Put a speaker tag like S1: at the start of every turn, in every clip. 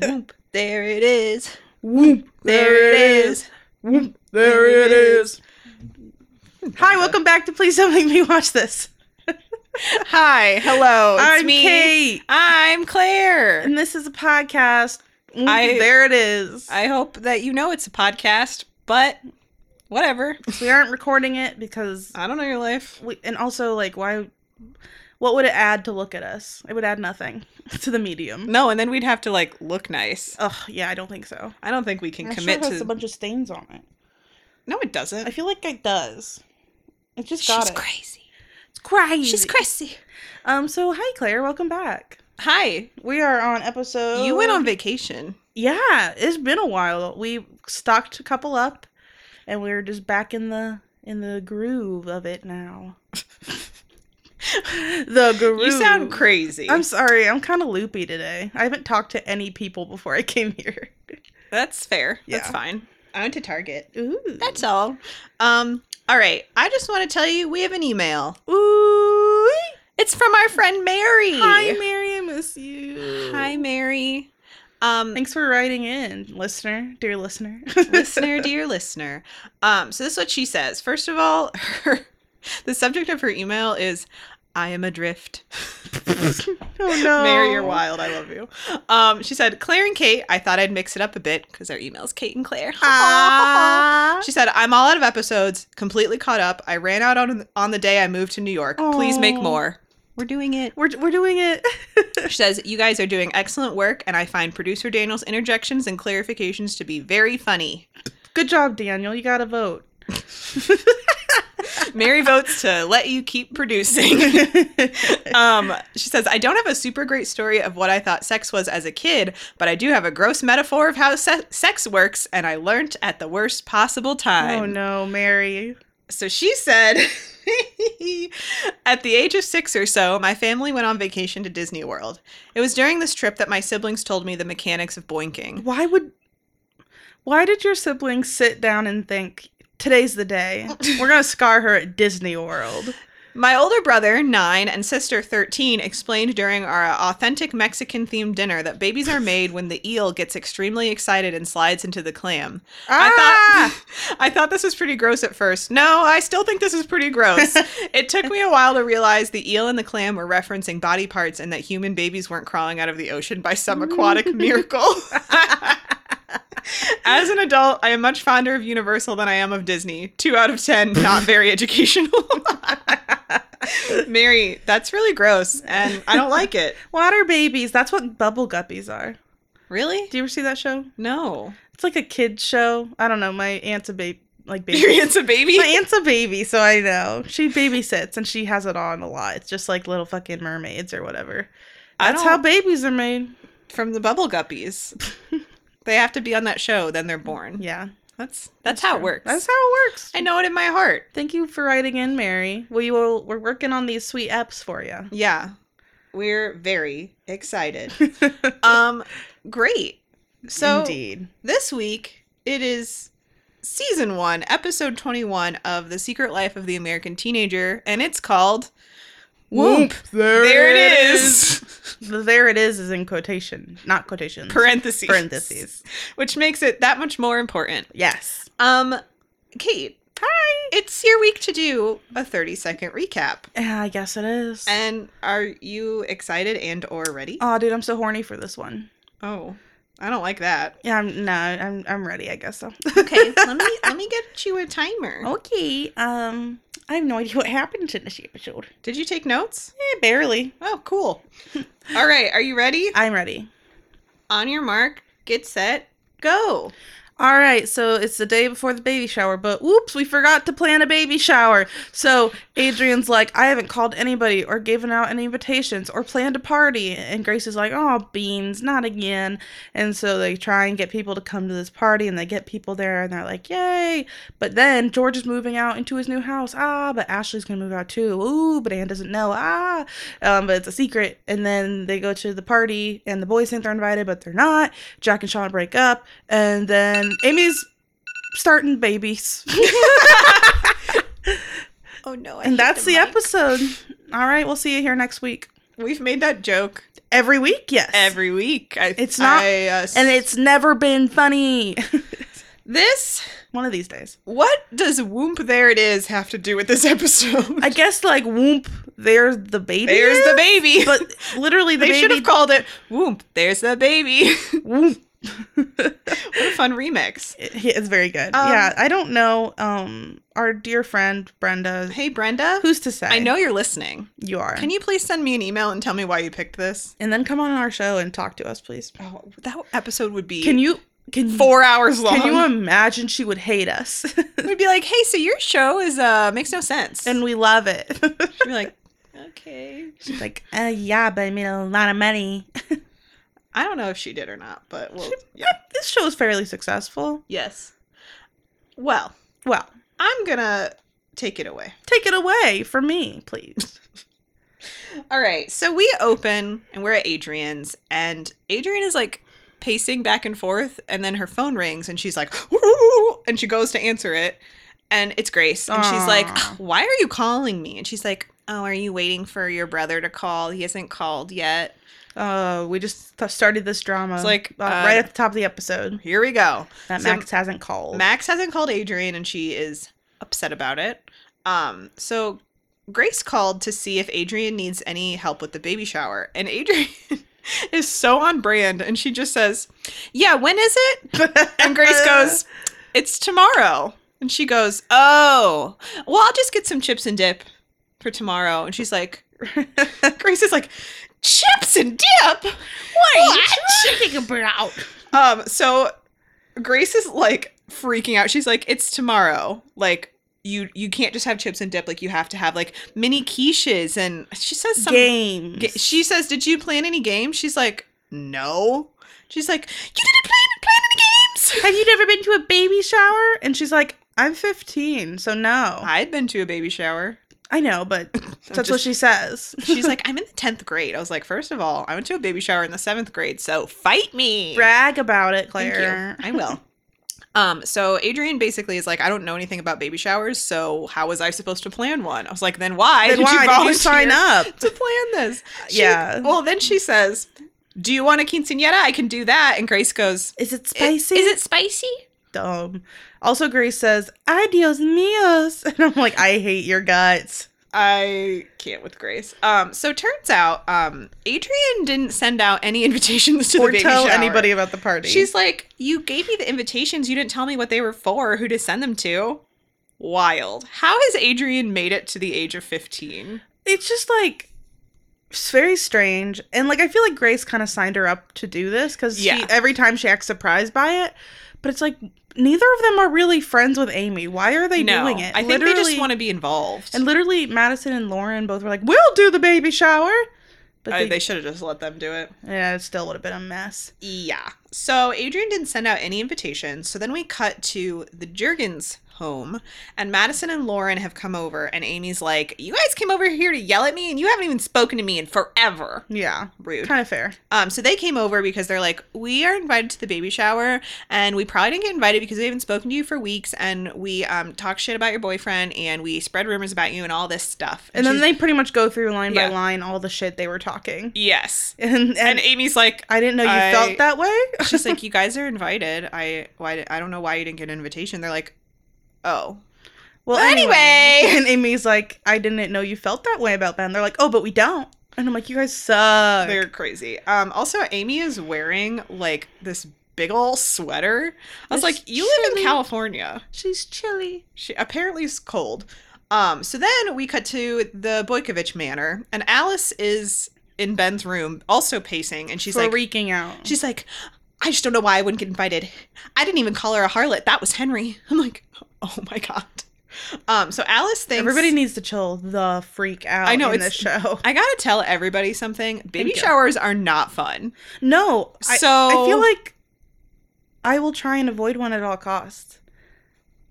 S1: There it is.
S2: Whoop,
S1: There it is.
S2: Whoop, there it is.
S3: Hi, welcome back to Please Don't Make Me Watch This.
S1: Hi, hello, Oh, it's
S3: I'm
S1: me.
S3: Kate,
S1: I'm Claire.
S3: and this is a podcast. Whoop,
S1: I-
S3: there it is.
S1: I hope that you know it's a podcast, but whatever.
S3: we aren't recording it because,
S1: I don't know your life.
S3: we, and also, like, why? What would it add to look at us? It would add nothing to the medium.
S1: No, and then we'd have to like look nice.
S3: Ugh, yeah, I don't think so.
S1: I don't think we can
S3: It sure
S1: commit
S3: has
S1: to.
S3: a bunch of stains on it.
S1: no, it doesn't.
S3: I feel like it does. It just got it.
S1: crazy.
S3: it's crazy.
S1: She's crazy.
S3: Um. So, hi, Claire. Welcome back.
S1: Hi,
S3: We are on episode.
S1: you went on vacation.
S3: Yeah, it's been a while. We stocked a couple up, and we're just back in the in the groove of it now. the groove.
S1: You sound crazy.
S3: I'm sorry. I'm kind of loopy today. I haven't talked to any people before I came here.
S1: That's fair. That's
S3: Yeah.
S1: fine. I went to Target.
S3: Ooh.
S1: That's all. Um. All right. I just want to tell you we have an email.
S3: Ooh.
S1: It's from our friend Mary.
S3: Hi, Mary. I miss you.
S1: Hi, Mary. Um,
S3: Thanks for writing in, listener, dear listener.
S1: listener, dear listener. Um, so this is what she says. First of all, her, the subject of her email is "I am adrift."
S3: oh no,
S1: Mary, you're wild. I love you. Um, she said, "Claire and Kate. I thought I'd mix it up a bit because our email's Kate and Claire."
S3: Ah.
S1: She said, "I'm all out of episodes. Completely caught up. I ran out on on the day I moved to New York. Please make
S3: Aw.
S1: more. We're doing it."
S3: We're we're doing it.
S1: She says, You guys are doing excellent work, and I find producer Daniel's interjections and clarifications to be very funny.
S3: Good job, Daniel. You got to vote.
S1: Mary votes to let you keep producing. um, she says, I don't have a super great story of what I thought sex was as a kid, but I do have a gross metaphor of how se- sex works, and I learnt at the worst possible time.
S3: Oh no, Mary.
S1: So she said, At the age of six or so, my family went on vacation to Disney World. It was during this trip that my siblings told me the mechanics of boinking.
S3: Why would why did your siblings sit down and think today's the day? We're gonna scar her at Disney World.
S1: My older brother, nine, and sister, 13, explained during our authentic Mexican themed dinner that babies are made when the eel gets extremely excited and slides into the clam.
S3: Ah,
S1: I thought I thought this was pretty gross at first. No, I still think this is pretty gross. it took me a while to realize the eel and the clam were referencing body parts and that human babies weren't crawling out of the ocean by some aquatic miracle. As an adult, I am much fonder of Universal than I am of Disney. 2 out of 10, not very educational. Mary, that's really gross and I don't like it.
S3: Water babies, that's what bubble guppies are.
S1: Really?
S3: Do you ever see that show?
S1: No.
S3: It's like a kid show. I don't know, my aunt's a baby like
S1: Your
S3: baby.
S1: aunt's a baby?
S3: My aunt's a baby, so I know. She babysits and she has it on a lot. It's just like little fucking mermaids or whatever.
S1: I
S3: That's how
S1: don't-
S3: babies are made.
S1: from the bubble guppies. they have to be on that show, then they're born.
S3: Yeah.
S1: That's that's, how it works.
S3: That's how it works.
S1: I know it in my heart.
S3: Thank you for writing in, Mary. We will. We're working on these sweet apps for you.
S1: Yeah. We're very excited. um great. So
S3: Indeed,
S1: this week it is season 1, episode 21 of The Secret Life of the American Teenager and it's called Whoop.
S2: There,
S1: There it is.
S3: the there it is is in quotation, not quotations.
S1: Parentheses.
S3: Parentheses.
S1: Which makes it that much more important.
S3: Yes.
S1: Um Kate, hi. It's your week to do a 30 second recap.
S3: Yeah, I guess it is.
S1: And are you excited and or ready?
S3: oh, dude, I'm so horny for this one.
S1: Oh, I don't like that.
S3: Yeah, I'm no, I'm I'm ready. I guess so.
S1: Okay, let me let me get you a timer.
S3: okay. Um, I have no idea what happened in this episode.
S1: Did you take notes?
S3: Eh, barely.
S1: Oh, cool. All right, are you ready?
S3: I'm ready.
S1: On your mark, get set, go.
S3: All right, so it's the day before the baby shower, but whoops, we forgot to plan a baby shower. So Adrian's like, I haven't called anybody or given out any invitations or planned a party. And Grace is like, Oh, beans, not again. And so they try and get people to come to this party and they get people there and they're like, Yay. But then George is moving out into his new house. Ah, but Ashley's going to move out too. Ooh, but Anne doesn't know. Ah, um, but it's a secret. And then they go to the party and the boys think they're invited, but they're not. Jack and Sean break up. And then Amy's starting babies.
S1: Oh no, I Oh,
S3: and that's the episode. All right, we'll see you here next week.
S1: We've made that joke
S3: Every week, yes.
S1: every week. I,
S3: It's not-
S1: I, uh, s-
S3: and it's never been funny.
S1: this.
S3: One of these days.
S1: What does "whoomp there it is" have to do with this episode?
S3: I guess like whoomp, there's the baby.
S1: there's the baby.
S3: But literally the
S1: they should
S3: baby
S1: have called it "whoomp." There's the baby.
S3: whoomp.
S1: what a fun remix.
S3: It- it's very good.
S1: Um,
S3: yeah, I don't know. Um, our dear friend Brenda,
S1: Hey Brenda,
S3: who's to say?
S1: I know you're listening.
S3: you are.
S1: Can you please send me an email and tell me why you picked this?
S3: and then come on our show and talk to us, please.
S1: Oh, that episode would be
S3: Can you? Can
S1: four hours long.
S3: Can you imagine she would hate us?
S1: We'd be like, "Hey, so your show is uh makes no sense,"
S3: and we love it.
S1: she'd be like, "Okay."
S3: She's like, uh, yeah, but I made a lot of money.
S1: I don't know if she did or not, but well, yeah,
S3: this show is fairly successful.
S1: yes. Well,
S3: Well,
S1: I'm gonna take it away.
S3: take it away from me, please.
S1: All right, so we open and we're at Adrian's, and Adrian is like pacing back and forth, and then her phone rings, and she's like, "Ooh," and she goes to answer it, and it's Grace, and she's like,
S3: Aw.
S1: "Why are you calling me?" And she's like, "Oh, are you waiting for your brother to call? He hasn't called yet."
S3: Uh, we just th- started this drama.
S1: It's like,
S3: uh,
S1: uh,
S3: right at the top of the episode
S1: Here we go.
S3: that
S1: so-
S3: Max hasn't called.
S1: Max hasn't called Adrian and she is upset about it. Um, so Grace called to see if Adrian needs any help with the baby shower. And Adrian is so on brand and she just says, Yeah, when is it? And Grace goes, It's tomorrow. And she goes, Oh, well, I'll just get some chips and dip for tomorrow. And she's like, Grace is like, Chips and dip? What?
S3: talking about?
S1: Um, so Grace is like freaking out. She's like, it's tomorrow. Like you you can't just have chips and dip. Like you have to have like mini quiches and she says some
S3: Games.
S1: ga- she says, Did you plan any games? She's like, No. She's like, You didn't plan plan any games.
S3: Have you never been to a baby shower? And she's like, I'm 15, so no.
S1: I'd been to a baby shower.
S3: I know, but
S1: I'm
S3: that's what
S1: just-
S3: she says.
S1: She's like, I'm in the tenth grade. I was like, first of all, I went to a baby shower in the seventh grade, so fight me.
S3: Brag about it,
S1: Thank you.
S3: Claire.
S1: I will. Um, so Adrian basically is like, I don't know anything about baby showers, so how was I supposed to plan one? I was like, then why
S3: Then why did you sign
S1: volunteer
S3: up?
S1: to plan this? She-
S3: Yeah.
S1: Well, then she says, "Do you want a quinceanera? I can do that." And Grace goes,
S3: Is it
S1: "I-
S3: spicy?
S1: Is it spicy?"
S3: dumb? Also, Grace says, "Ay Dios míos," and I'm like, "I hate your guts."
S1: I can't with Grace. Um, so turns out, um, Adrian didn't send out any invitations to
S3: or
S1: the baby
S3: tell
S1: shower.
S3: anybody about the party.
S1: She's like, You gave me the invitations. You didn't tell me what they were for, who to send them to. Wild. How has Adrian made it to the age of 15?
S3: it's just like it's very strange, and like I feel like Grace kind of signed her up to do this because
S1: Yeah.
S3: every time she acts surprised by it, but it's like neither of them are really friends with Amy. Why are they
S1: No.
S3: doing it?
S1: I think they just want to be involved.
S3: And literally, Madison and Lauren both were like, "We'll do the baby shower," but
S1: Uh,
S3: they,
S1: they should have just let them do it.
S3: yeah, it still would have been a mess.
S1: Yeah. So Adrian didn't send out any invitations. So then we cut to the Jurgens home, and Madison and Lauren have come over, and Amy's like, You guys came over here to yell at me, and you haven't even spoken to me in forever.
S3: Yeah,
S1: Rude.
S3: kind of fair.
S1: Um, so they came over because they're like, we are invited to the baby shower, and we probably didn't get invited because we haven't spoken to you for weeks, and we um talk shit about your boyfriend, and we spread rumors about you, and all this stuff.
S3: And then
S1: she's-
S3: they pretty much go through line
S1: Yeah.
S3: by line all the shit they were talking.
S1: yes,
S3: And, and,
S1: and Amy's like,
S3: I didn't know you
S1: I-
S3: felt that way.
S1: she's like, you guys are invited. I why I don't know why you didn't get an invitation. They're like, oh,
S3: well,
S1: anyway.
S3: And Amy's like, I didn't know you felt that way about Ben. They're like, oh, but we don't. And I'm like, you guys suck.
S1: they're crazy. Um, also Amy is wearing like this big ol' sweater. I was
S3: This
S1: like, you live in
S3: chilly-
S1: California.
S3: She's chilly.
S1: She apparently is cold. Um, so then we cut to the Boykovich Manor, and Alice is in Ben's room, also pacing, and she's
S3: She's like,
S1: like,
S3: freaking out.
S1: she's like, I just don't know why I wouldn't get invited. I didn't even call her a harlot. That was Henry. I'm like, oh my god. Um, so Alice thinks
S3: Everybody needs to chill the freak out
S1: I
S3: I
S1: know,
S3: know, in
S1: it's-
S3: this show.
S1: I gotta tell everybody something. Baby
S3: Thank you.
S1: showers are not fun.
S3: No. I,
S1: so
S3: I feel like I will try and avoid one at all costs.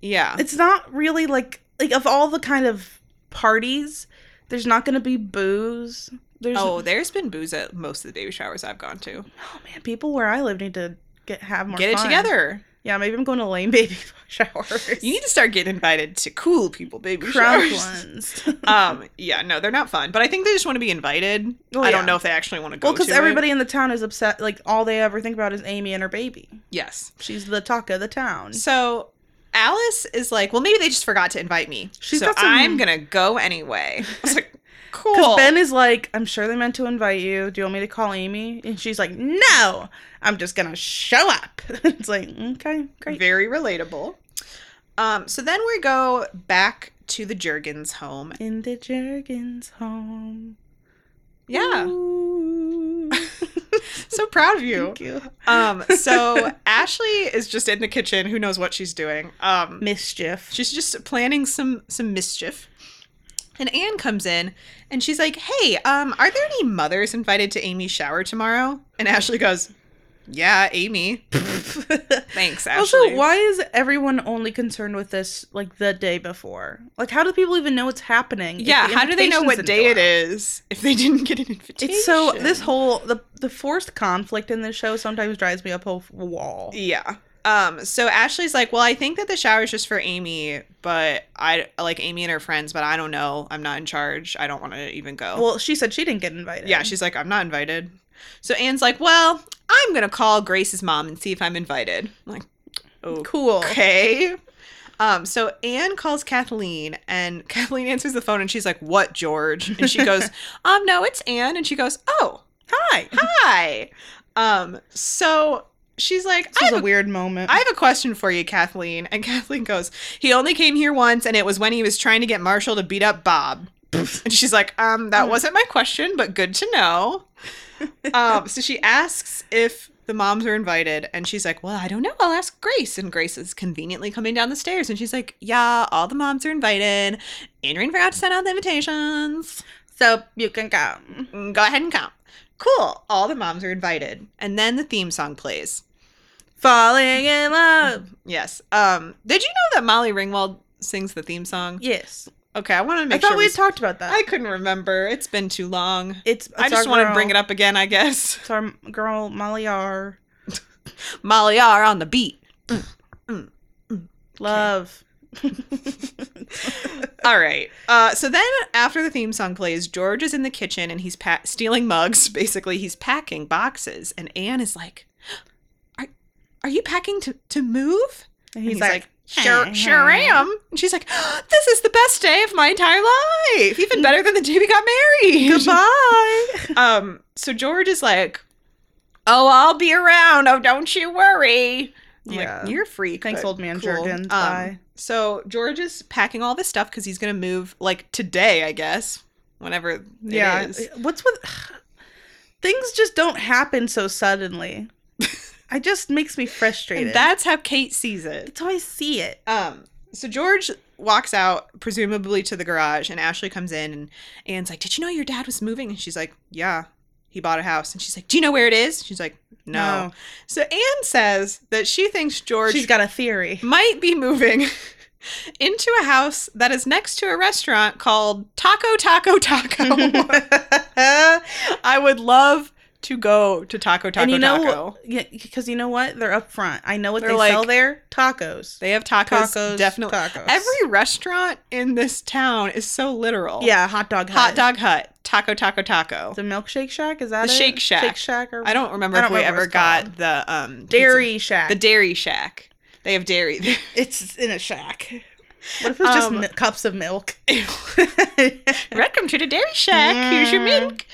S1: yeah,
S3: It's not really like, like of all the kind of parties, there's not going to be booze. There's
S1: oh, there's been booze at most of the baby showers I've gone to.
S3: Oh man, people where I live need to get have more.
S1: Get it
S3: fun.
S1: together.
S3: Yeah, maybe I'm going to lame baby showers.
S1: You need to start getting invited to cool people baby
S3: crowd
S1: showers.
S3: ones.
S1: Um, yeah, no, they're not fun, but I think they just want to be invited.
S3: Well,
S1: I don't
S3: yeah.
S1: know if they actually want to go.
S3: well, because
S1: to it.
S3: everybody in the town is upset. Like all they ever think about is Amy and her baby.
S1: yes.
S3: She's the talk of the town.
S1: So Alice is like, well, maybe they just forgot to invite me.
S3: She's
S1: so
S3: got some-
S1: I'm gonna go anyway. I was like,
S3: Because
S1: cool.
S3: Ben is like, I'm sure they meant to invite you. Do you want me to call Amy? And she's like, No, I'm just gonna show up. it's like, okay, great.
S1: Very relatable. Um, so then we go back to the Jurgens home.
S3: In the Jergens home.
S1: Yeah,
S3: Ooh.
S1: so proud of you.
S3: Thank you.
S1: Um, so Ashley is just in the kitchen. Who knows what she's doing? Um,
S3: Mischief.
S1: She's just planning some some mischief. And Anne comes in and she's like, "Hey, um, are there any mothers invited to Amy's shower tomorrow?" And Ashley goes, "Yeah, Amy. Thanks, Ashley."
S3: also, why is everyone only concerned with this like the day before? Like, how do people even know what's happening? if
S1: Yeah,
S3: the
S1: how do they know
S3: invitations
S1: what
S3: didn't
S1: day
S3: go
S1: it
S3: out?
S1: is if they didn't get an invitation?
S3: It's so this whole the the forced conflict in this show sometimes drives me up a wall.
S1: Yeah. Um, so Ashley's like, well, I think that the shower is just for Amy, but I like Amy and her friends, but I don't know. I'm not in charge. I don't want to even go.
S3: Well, she said she didn't get invited.
S1: Yeah, she's like, I'm not invited. So Anne's like, Well, I'm gonna call Grace's mom and see if I'm invited. I'm like,
S3: cool.
S1: okay. Um, so Anne calls Kathleen and Kathleen answers the phone and she's like, What, George? And she goes, Um, no, it's Anne. And she goes, Oh,
S3: Hi.
S1: hi. Um, so she's like,
S3: This
S1: I
S3: was
S1: have
S3: a
S1: a
S3: weird moment.
S1: I have a question for you, Kathleen. And Kathleen goes, He only came here once, and it was when he was trying to get Marshall to beat up Bob. and she's like, Um, that wasn't my question, but good to know. um, so she asks if the moms are invited, and she's like, Well, I don't know. I'll ask Grace. And Grace is conveniently coming down the stairs, and she's like, Yeah, all the moms are invited. Adrian forgot to send out the invitations.
S3: so you can come.
S1: Mm, Go ahead and come. Cool. All the moms are invited. And then the theme song plays.
S3: Falling in love.
S1: Yes. Um. Did you know that Molly Ringwald sings the theme song?
S3: Yes.
S1: Okay, I want to make
S3: I thought
S1: sure.
S3: we
S1: we-
S3: had talked about that.
S1: I couldn't remember. It's been too long.
S3: it's, it's
S1: I just want to bring it up again, I guess.
S3: It's our girl Molly R.
S1: Molly R on the beat.
S3: Love.
S1: All right. Uh, so then, after the theme song plays, George is in the kitchen and he's pa- stealing mugs. Basically, he's packing boxes, and Anne is like, "Are, are you packing to to move?"
S3: And
S1: And he's, like, sure, sure am. And she's like, this is the best day of my entire life. Even better than the day we got married.
S3: Goodbye.
S1: um, so George is like, oh, I'll be around. Oh, don't you worry. I'm like,
S3: Yeah.
S1: You're a freak.
S3: Thanks,
S1: but
S3: old man
S1: cool.
S3: Jurgens.
S1: Um,
S3: Bye.
S1: So George is packing all this stuff because he's going to move like today, I guess, whenever it is.
S3: Yeah. What's with things just don't happen so suddenly. I just makes me frustrated.
S1: And that's how Kate sees it.
S3: that's how I see it.
S1: Um, so George walks out, presumably to the garage, and Ashley comes in and Anne's like, Did you know your dad was moving? And she's like, Yeah, he bought a house. And she's like, Do you know where it is? She's like, No. So Anne says that she thinks George
S3: She's got a theory.
S1: might be moving into a house that is next to a restaurant called Taco Taco Taco. I would love to go to Taco Taco
S3: and you know,
S1: Taco.
S3: because you know what? They're up front. I know what
S1: They're
S3: they
S1: like-
S3: sell there: tacos.
S1: They have tacos,
S3: tacos,
S1: definitely.
S3: tacos.
S1: Every restaurant in this town is so literal.
S3: yeah, hot dog,
S1: Hot
S3: hut.
S1: Dog Hut, Taco Taco Taco.
S3: the Milkshake Shack is that
S1: The
S3: it?
S1: Shake Shack.
S3: Shake Shack, or
S1: I don't remember
S3: I don't
S1: if we
S3: remember what
S1: ever
S3: it's
S1: got
S3: called.
S1: the um pizza-
S3: Dairy Shack.
S1: the Dairy Shack. They have dairy. there.
S3: it's in a shack. What if it's just
S1: Um,
S3: mi- cups of milk?
S1: Welcome to the Dairy Shack. Here's your
S3: Mm.
S1: milk.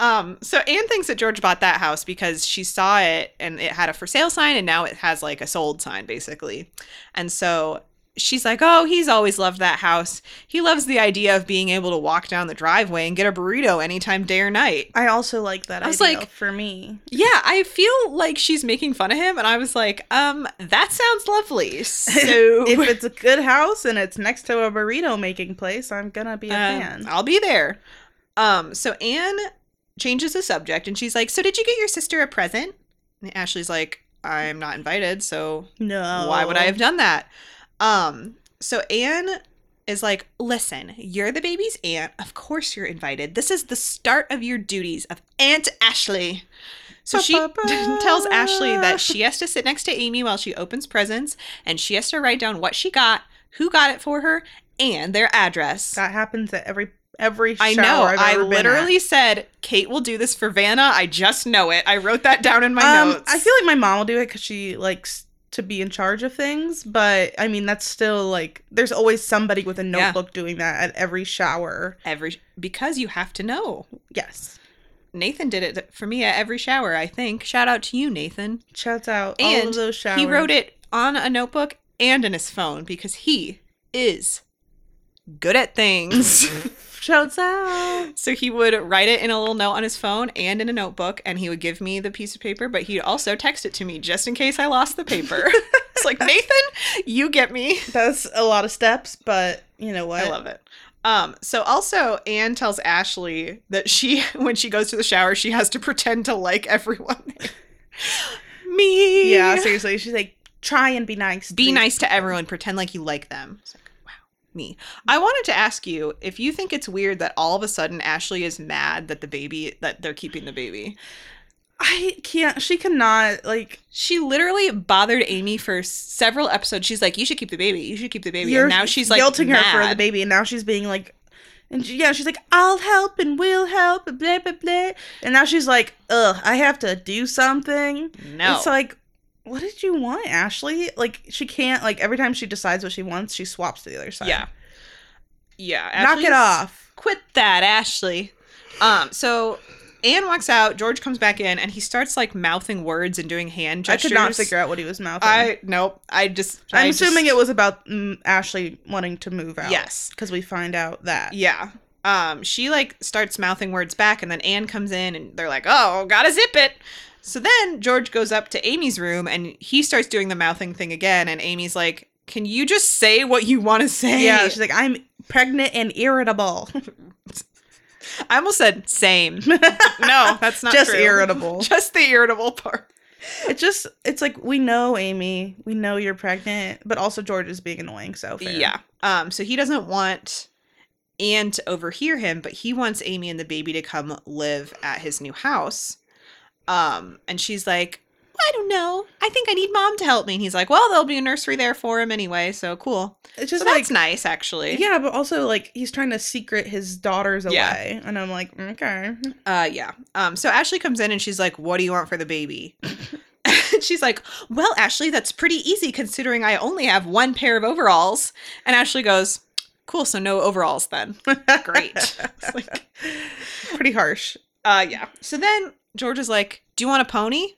S1: Um, so Anne thinks that George bought that house because she saw it and it had a for sale sign and now it has like a sold sign basically. And so she's like, "Oh, he's always loved that house. He loves the idea of being able to walk down the driveway and get a burrito anytime day or night."
S3: I also like that.
S1: I was
S3: idea
S1: like-
S3: for me,
S1: Yeah, I feel like she's making fun of him, and I was like, um, that sounds lovely. So
S3: if it's a good house and it's next to a burrito making place, I'm gonna be a
S1: um,
S3: fan.
S1: I'll be there. Um, so Anne changes the subject, and she's like, "So did you get your sister a present?" And Ashley's like, "I'm not invited, so
S3: no,
S1: why would I
S3: Oh.
S1: have done that?" Um, so Anne is like, "Listen, you're the baby's aunt. Of course you're invited. This is the start of your duties of Aunt Ashley." So she tells Ashley that she has to sit next to Amy while she opens presents and she has to write down what she got, who got it for her, and their address.
S3: that happens at every every shower
S1: I know.
S3: I've
S1: I
S3: ever been at.
S1: literally said, Kate will do this for Vanna. I just know it. I wrote that down in my
S3: Um,
S1: notes.
S3: I feel like my mom will do it because she likes to be in charge of things, but I mean that's still like there's always somebody with a
S1: Yeah.
S3: notebook doing that at every shower.
S1: every because you have to know.
S3: Yes.
S1: Nathan did it for me at every shower, I think. Shout out to you, Nathan.
S3: Shouts out all
S1: And
S3: of those showers.
S1: He wrote it on a notebook and in his phone because he is good at things.
S3: Shouts out.
S1: So he would write it in a little note on his phone and in a notebook, and he would give me the piece of paper, but he'd also text it to me just in case I lost the paper. it's like, Nathan, you get me.
S3: That's a lot of steps, but you know what?
S1: I love it. Um, so also Anne tells Ashley that she when she goes to the shower, she has to pretend to like everyone. there. me.
S3: Yeah, seriously. She's like, try and be nice.
S1: Be
S3: to-
S1: nice to everyone. Pretend like you like them. It's like, wow, me. I wanted to ask you if you think it's weird that all of a sudden Ashley is mad that the baby that they're keeping the baby.
S3: I can't. She cannot. Like,
S1: She literally bothered Amy for several episodes. She's like, "You should keep the baby. You should keep the baby."
S3: you're
S1: and now she's like
S3: guilting her for the
S1: mad.
S3: baby, and now she's being like, and she- yeah, she's like, I'll help and we'll help, and blah blah blah. And now she's like, ugh, I have to do something.
S1: No,
S3: It's like, what did you want, Ashley? Like, she can't. Like, every time she decides what she wants, she swaps to the other side.
S1: yeah, yeah.
S3: knock it
S1: Ashley's-
S3: off.
S1: Quit that, Ashley. Um. So Anne walks out. George comes back in, and he starts like mouthing words and doing hand
S3: I
S1: gestures.
S3: could not figure out what he was mouthing.
S1: I nope. I just.
S3: I'm assuming it was about mm, Ashley wanting to move out.
S1: Yes.
S3: because we find out that.
S1: Yeah. Um, she like starts mouthing words back, and then Anne comes in, and they're like, "Oh, gotta zip it." So then George goes up to Amy's room, and he starts doing the mouthing thing again, and Amy's like, "Can you just say what you want to say?"
S3: Yeah, she's like, I'm pregnant and irritable.
S1: I almost said same. no, that's not
S3: just
S1: true.
S3: irritable.
S1: Just the irritable part.
S3: It's just, it's like we know Amy, we know you're pregnant, but also George is being annoying. So fair.
S1: Yeah. Um. So he doesn't want Anne to overhear him, but he wants Amy and the baby to come live at his new house. Um. And she's like, I don't know. I think I need mom to help me. And he's like, Well, there'll be a nursery there for him anyway. So cool.
S3: it's
S1: So
S3: just like,
S1: that's nice, actually.
S3: yeah, but also like he's trying to secret his daughters away,
S1: Yeah.
S3: and I'm like, okay,
S1: Uh. Yeah. Um. So Ashley comes in and she's like, What do you want for the baby? And she's like, Well, Ashley, that's pretty easy considering I only have one pair of overalls. And Ashley goes, Cool. So no overalls then. Great. It's like,
S3: pretty harsh.
S1: Uh yeah. So then George is like, "Do you want a pony?"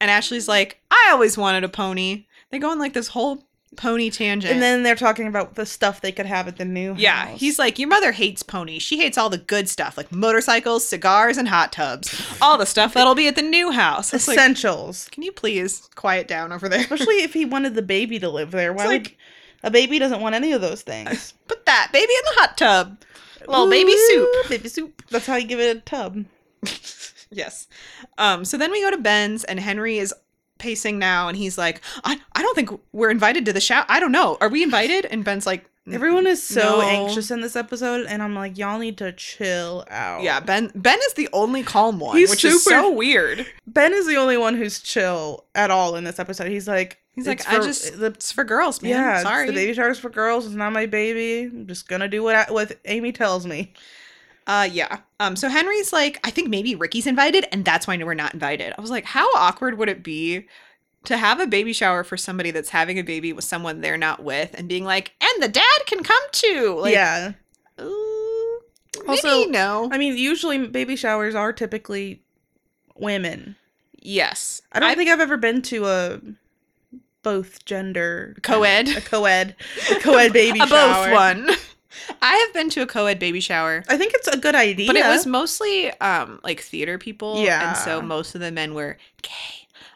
S1: And Ashley's like, "I always wanted a pony." They go on like this whole pony tangent.
S3: And then they're talking about the stuff they could have at the new
S1: yeah,
S3: house.
S1: he's like, "Your mother hates ponies. She hates all the good stuff, like motorcycles, cigars, and hot tubs. All the stuff that'll be at the new house." It's like,
S3: essentials,
S1: "Can you please quiet down over there?"
S3: especially if he wanted the baby to live there. Why
S1: It's
S3: would
S1: like-
S3: a baby doesn't want any of those things?
S1: Put that baby in the hot tub. Little baby soup.
S3: Ooh, baby soup. That's how you give it a tub.
S1: yes. Um, so then we go to Ben's, and Henry is pacing now, and he's like, I, I don't think we're invited to the shower. I don't know. Are we invited? And Ben's like, "Mm,
S3: Everyone is so
S1: no."
S3: anxious in this episode, and I'm like, y'all need to chill out.
S1: Yeah, Ben. Ben is the only calm one,
S3: He's
S1: which is
S3: super-
S1: so weird.
S3: Ben is the only one who's chill at all in this episode. He's like,
S1: He's
S3: "It's
S1: like, I
S3: for-
S1: just
S3: the
S1: it's for girls, man.
S3: yeah, it's
S1: Sorry.
S3: the baby showers for girls. It's not my baby. I'm just gonna do what I, what Amy tells me.
S1: Uh, yeah. Um, so Henry's like, I think maybe Ricky's invited, and that's why we're not invited. I was like, how awkward would it be to have a baby shower for somebody that's having a baby with someone they're not with, and being like, and the dad can come too. Like,
S3: yeah,
S1: Ooh,
S3: Also,
S1: maybe no.
S3: I mean, usually baby showers are typically women.
S1: yes,
S3: I don't think I've ever been to a both gender
S1: Co-ed.
S3: a co-ed, a co-ed baby
S1: a both
S3: shower.
S1: one. I have been to a co-ed baby shower,
S3: I think it's a good idea,
S1: but it was mostly um like theater people,
S3: Yeah.
S1: and so most of the men were gay.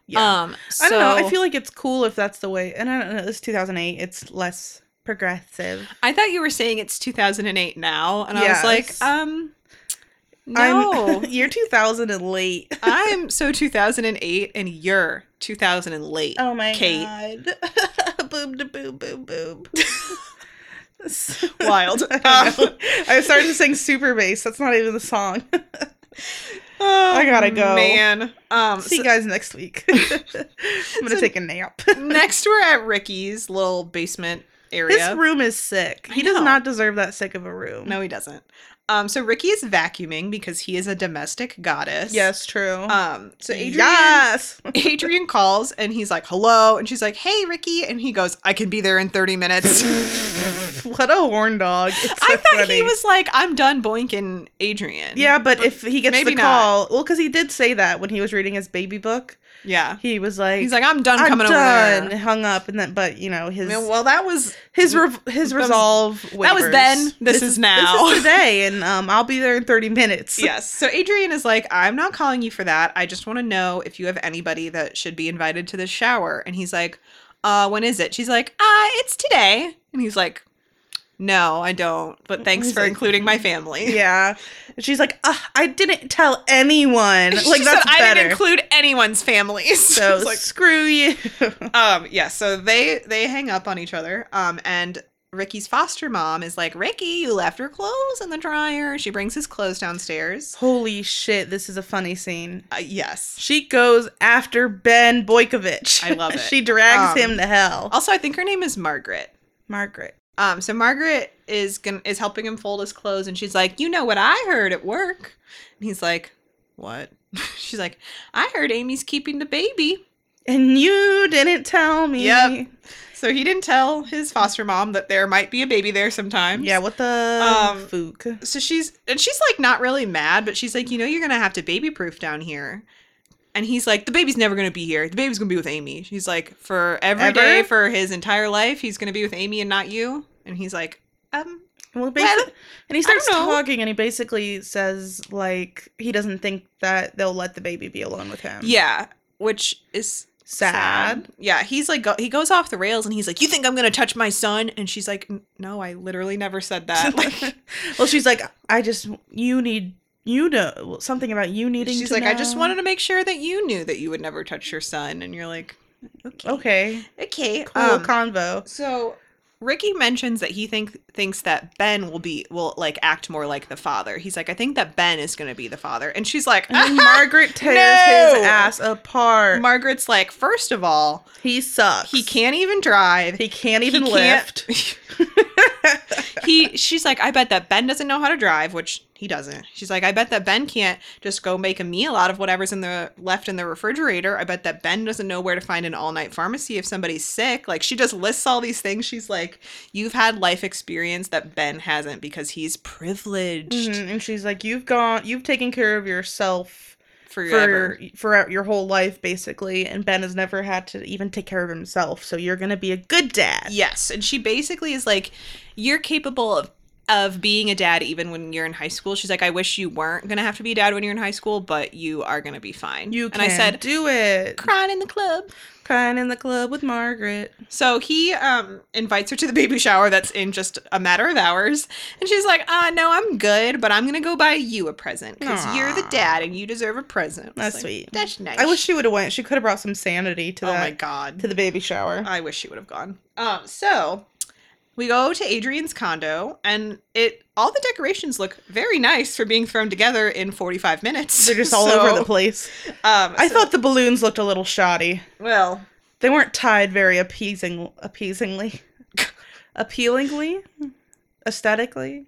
S3: yeah.
S1: Um,
S3: I don't know. I
S1: so
S3: feel like it's cool if that's the way. And I don't know. It's 2008. It's less progressive.
S1: I thought you were saying it's 2008 now, and I was
S3: Yes.
S1: like, um, no,
S3: I'm year 2000 and late.
S1: I'm, so 2008, and you're 2000 and late.
S3: Oh my
S1: Kate.
S3: god. boom, da, boom, boom, boom.
S1: Wild.
S3: I, don't know. I started to sing Super Bass. That's not even the song.
S1: Oh,
S3: I gotta go.
S1: Man. Um,
S3: See
S1: so
S3: you guys next week. I'm gonna
S1: So-
S3: take a nap.
S1: next, we're at Ricky's little basement area.
S3: His room is sick.
S1: I
S3: He does
S1: know.
S3: not deserve that sick of a room.
S1: no, he doesn't. Um, so Ricky is vacuuming because he is a domestic goddess.
S3: Yes, Uh, true.
S1: Um, so Adrian
S3: Yes.
S1: Adrian calls and he's like, "Hello," and she's like, "Hey, Ricky," and he goes, "I can be there in thirty minutes."
S3: what a horn dog. It's so
S1: I thought
S3: funny.
S1: he was like, "I'm done boinking Adrian."
S3: Yeah, but if he gets
S1: maybe
S3: the
S1: not.
S3: call, well, because he did say that when he was reading his baby book,
S1: yeah.
S3: he was like,
S1: He's like, "I'm done
S3: I'm
S1: coming
S3: done,"
S1: over there."
S3: hung up, and then but you know
S1: I
S3: his
S1: mean, well, that was
S3: his rev his
S1: that was-
S3: resolve.
S1: that was
S3: wavers.
S1: then. This is now.
S3: This is today, and um, I'll be there in thirty minutes.
S1: yes. So Adrian is like, "I'm not calling you for that. I just want to know if you have anybody that should be invited to the shower." And he's like, "Uh, when is it?" She's like, "Uh, it's today." And he's like, "No, I don't. But thanks
S3: He's
S1: for
S3: like-
S1: including my family."
S3: Yeah, and she's like, "Ugh, I didn't tell anyone.
S1: She
S3: Like that's
S1: said, I
S3: better.
S1: didn't include anyone's families.
S3: so
S1: It's like,
S3: screw you.
S1: um yeah so they they hang up on each other um and ricky's foster mom is like ricky you left your clothes in the dryer she brings his clothes downstairs
S3: Holy shit! This is a funny scene.
S1: uh, yes
S3: She goes after Ben Boykovich.
S1: I love it.
S3: she drags
S1: Um,
S3: him to hell.
S1: also i think her name is margaret
S3: Margaret.
S1: um so margaret is gonna is helping him fold his clothes and she's like you know what i heard at work and he's like what she's like i heard amy's keeping the baby
S3: And you didn't tell me.
S1: Yep. so he didn't tell his foster mom that there might be a baby there sometime
S3: Yeah, what the
S1: Um,
S3: fook?
S1: so she's and she's like not really mad, but she's like, you know, you're gonna have to baby proof down here. And he's like, the baby's never gonna be here. The baby's gonna be with Amy. She's like, for every
S3: Ever?
S1: day for his entire life, he's gonna be with Amy and not you. And he's like, um,
S3: Well,
S1: well,
S3: basically, and he starts
S1: know.
S3: talking, and he basically says like he doesn't think that they'll let the baby be alone with him.
S1: yeah, which is
S3: sad.
S1: Yeah, he's like, go- he goes off the rails and he's like, you think I'm gonna touch my son? And she's like, "N- no, I literally never said that. Like,
S3: well, she's like, I just you need you know something about you needing.
S1: she's
S3: to
S1: like, I just
S3: know."
S1: wanted to make sure that you knew that you would never touch your son. And you're like, okay,
S3: Okay,
S1: okay,
S3: cool
S1: um,
S3: convo.
S1: So Ricky mentions that he think thinks that Ben will be will like act more like the father. He's like, I think that Ben is going to be the father, and she's like, "Ah."
S3: And then
S1: "Ah-ha!"
S3: Margaret tears
S1: No!
S3: his ass apart.
S1: Margaret's like, first of all,
S3: he sucks.
S1: he can't even drive.
S3: He can't even
S1: He
S3: lift.
S1: can't- he she's like, I bet that Ben doesn't know how to drive, which he doesn't. She's like, I bet that Ben can't just go make a meal out of whatever's in the left in the refrigerator. I bet that Ben doesn't know where to find an all-night pharmacy if somebody's sick. Like she just lists all these things. She's like, you've had life experience that Ben hasn't because he's privileged
S3: Mhm, And she's like, you've gone, you've taken care of yourself
S1: forever.
S3: for for your whole life basically and ben has never had to even take care of himself so you're gonna be a good dad
S1: Yes, and she basically is like, "You're capable of of being a dad even when you're in high school." She's like, "I wish you weren't gonna have to be a dad when you're in high school, but you are gonna be fine."
S3: you
S1: and
S3: can
S1: I said,
S3: do it
S1: "Crying in the club."
S3: crying in the club with margaret
S1: So he um invites her to the baby shower that's in just a matter of hours, and she's like, "Uh, no, I'm good, but I'm gonna go buy you a present because you're the
S3: Aw.
S1: dad and you deserve a present." It's
S3: That's
S1: like,
S3: sweet.
S1: That's nice.
S3: i wish she would have went she could have brought some sanity to
S1: oh
S3: that
S1: my god.
S3: to the baby shower
S1: I wish she would have gone. Um, so we go to Adrian's condo, and it all the decorations look very nice for being thrown together in 45 minutes.
S3: they're just all
S1: So,
S3: over the place
S1: Um,
S3: i
S1: so-
S3: thought the balloons looked a little shoddy
S1: well,
S3: they weren't tied very appeasing appeasingly appealingly aesthetically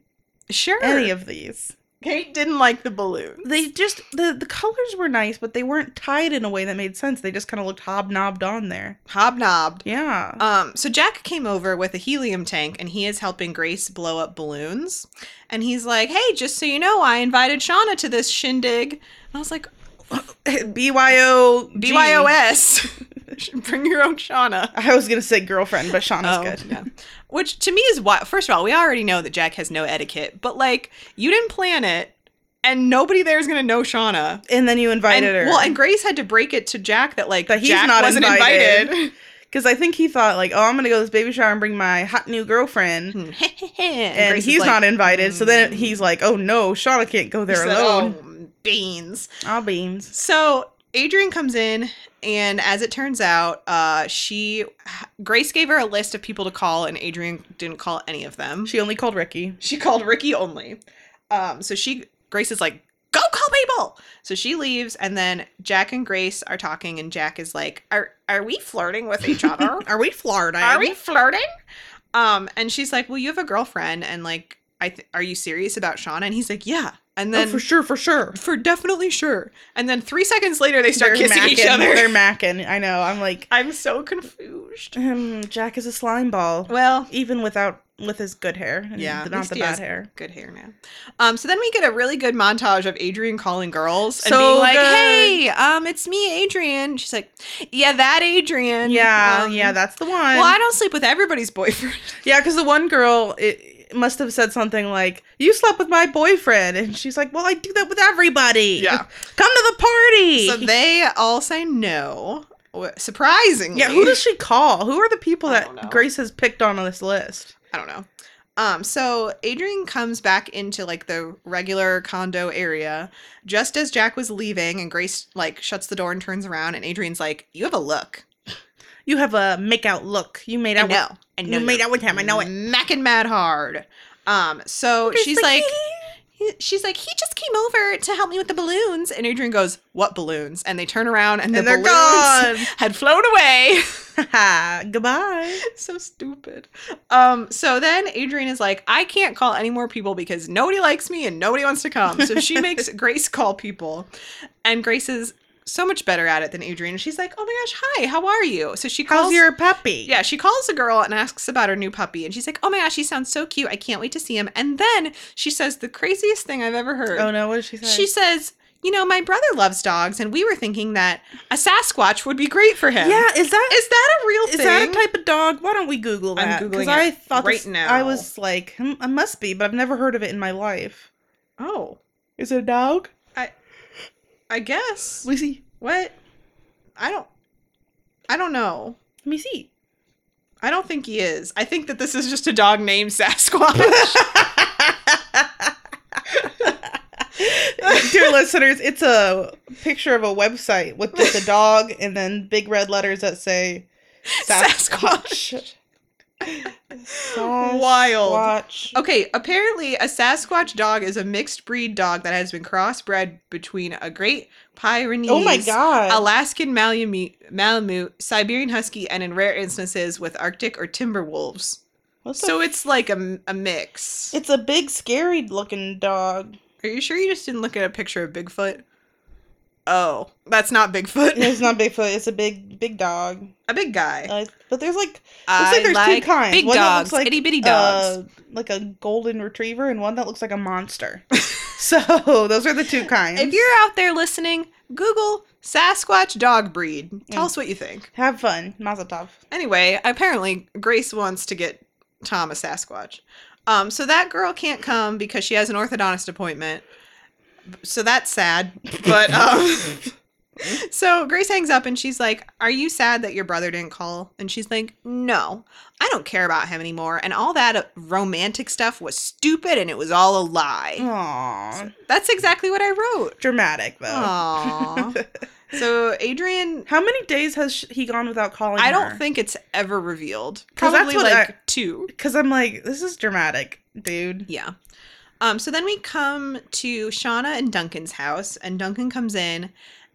S1: sure.
S3: any of these
S1: Kate didn't like the balloon.
S3: they just the the colors were nice, but they weren't tied in a way that made sense. They just kind of looked hobnobbed on there.
S1: Hobnobbed.
S3: Yeah.
S1: Um, so Jack came over with a helium tank and he is helping Grace blow up balloons. And he's like, Hey, just so you know, I invited Shauna to this shindig. And I was like, Uh,
S3: BYO
S1: BYOS. Bring your own Shauna.
S3: I was gonna say girlfriend, but Shauna's
S1: Oh,
S3: good.
S1: yeah. Which to me is why. First of all, we already know that Jack has no etiquette, but like you didn't plan it, and nobody there is gonna know Shauna.
S3: And then you
S1: And,
S3: invited her.
S1: well, and Grace had to break it to Jack that like
S3: That he's
S1: Jack
S3: not
S1: wasn't
S3: invited.
S1: invited.
S3: because I think he thought like, oh, I'm gonna go to this baby shower and bring my hot new girlfriend,
S1: Hmm. and
S3: and
S1: Grace is
S3: he's
S1: like,
S3: not invited. So then
S1: "Mm."
S3: he's like, oh no, Shauna can't go
S1: he
S3: there
S1: said,
S3: alone.
S1: "Oh, beans.
S3: Ah, beans.
S1: So Adrian comes in, and as it turns out, uh, she Grace gave her a list of people to call, and Adrian didn't call any of them.
S3: She only called Ricky.
S1: She called Ricky only. Um, so she Grace is like, go call people. So she leaves, and then Jack and Grace are talking, and Jack is like, "Are are we flirting with each other?
S3: Are we flirting?
S1: are we flirting?" Um, and she's like, "Well, you have a girlfriend, and like, I th- are you serious about Sean?" And he's like, "Yeah." And
S3: Oh,
S1: then
S3: for sure, for sure.
S1: for definitely sure. And then three seconds later, they start kissing
S3: macking.
S1: each other.
S3: They're macking. I know. I'm like,
S1: I'm so confused.
S3: um, Jack is a slime ball,
S1: Well,
S3: even without with his good hair. and
S1: Yeah, at
S3: not
S1: least
S3: the
S1: he
S3: bad
S1: has
S3: hair.
S1: good hair now. Um, so then we get a really good montage of Adrian calling girls and
S3: So
S1: being like,
S3: good.
S1: "Hey, um, it's me, Adrian." She's like, "Yeah, that Adrian."
S3: Yeah,
S1: Um,
S3: yeah, that's the one.
S1: Well, I don't sleep with everybody's boyfriend.
S3: Yeah, because the one girl it, it must have said something like, "You slept with my boyfriend," and she's like, "Well, I do that with everybody.
S1: Yeah.
S3: come to the party."
S1: so they all say no. wh- Surprisingly,
S3: yeah, who does she call? Who are the people
S1: I don't know.
S3: that Grace has picked on on this list?
S1: I don't know. Um, so Adrian comes back into like the regular condo area just as Jack was leaving, and Grace like shuts the door and turns around, and Adrian's like, "You have a look."
S3: You have a make out look. You made
S1: I
S3: out.
S1: know. I
S3: With,
S1: know.
S3: you made out with him. I know it.
S1: Mackin' mad hard. Um, so she's like, he- she's like, he just came over to help me with the balloons, and Adrian goes, "What balloons?" And they turn around, and,
S3: and
S1: the
S3: they're
S1: balloons
S3: gone.
S1: had flown away.
S3: Ha, Goodbye.
S1: so stupid. Um, so then Adrian is like, I can't call any more people because nobody likes me and nobody wants to come. So she makes Grace call people, and Grace is so much better at it than Adrian. She's like, Oh my gosh, hi, how are you? So she calls
S3: How's your puppy?
S1: yeah, she calls a girl and asks about her new puppy, and she's like, "Oh my gosh, he sounds so cute! I can't wait to see him." And then she says the craziest thing I've ever heard.
S3: Oh no, what did she say?
S1: She says, "You know, my brother loves dogs, and we were thinking that a Sasquatch would be great for him."
S3: Yeah, is that
S1: is that a real
S3: Is
S1: thing?
S3: that a type of dog? Why don't we Google
S1: I'm
S3: that?
S1: Googling
S3: I
S1: it
S3: thought
S1: right
S3: this-
S1: now.
S3: I was like, hmm, I must be, but I've never heard of it in my life.
S1: oh,
S3: Is it a dog?
S1: I guess.
S3: Let me see.
S1: What? I don't. I don't know.
S3: Let me see.
S1: I don't think he is. I think that this is just a dog named Sasquatch.
S3: Dear listeners, it's a picture of a website with just a dog and then big red letters that say Sasquatch.
S1: Wild.
S3: Sasquatch.
S1: Okay, apparently a Sasquatch dog is a mixed breed dog that has been crossbred between a Great Pyrenees,
S3: Oh my god.
S1: Alaskan Malamute, Malamute, Siberian Husky, and in rare instances with Arctic or timber wolves.
S3: What the
S1: So it's like a, a mix.
S3: It's a big, scary looking dog.
S1: Are you sure you just didn't look at a picture of Bigfoot? Oh, that's not Bigfoot.
S3: It's not Bigfoot. It's a big, big dog.
S1: a big guy.
S3: Uh, but there's like
S1: I
S3: like there's two kinds.
S1: Big
S3: One that looks
S1: dogs,
S3: like,
S1: itty bitty dogs.
S3: uh, like a golden retriever and one that looks like a monster. so those are the two kinds.
S1: if you're out there listening, Google Sasquatch dog breed. Tell
S3: Mm.
S1: us what you think.
S3: have fun, Mazel Tov.
S1: Anyway, apparently Grace wants to get Tom a Sasquatch. Um, so that girl can't come because she has an orthodontist appointment. So that's sad. But um, so Grace hangs up and she's like, "Are you sad that your brother didn't call?" And she's like, "No, I don't care about him anymore. And all that uh, romantic stuff was stupid and it was all a lie."
S3: Aww,
S1: That's exactly what I wrote.
S3: dramatic though.
S1: Aww. so Adrian,
S3: How many days has sh- he gone without calling?
S1: I don't think it's ever revealed.
S3: 'Cause that's
S1: Probably
S3: what
S1: like
S3: I-
S1: two.
S3: because I'm like this is dramatic, dude.
S1: Yeah. Um. So then we come to Shauna and Duncan's house, and Duncan comes in,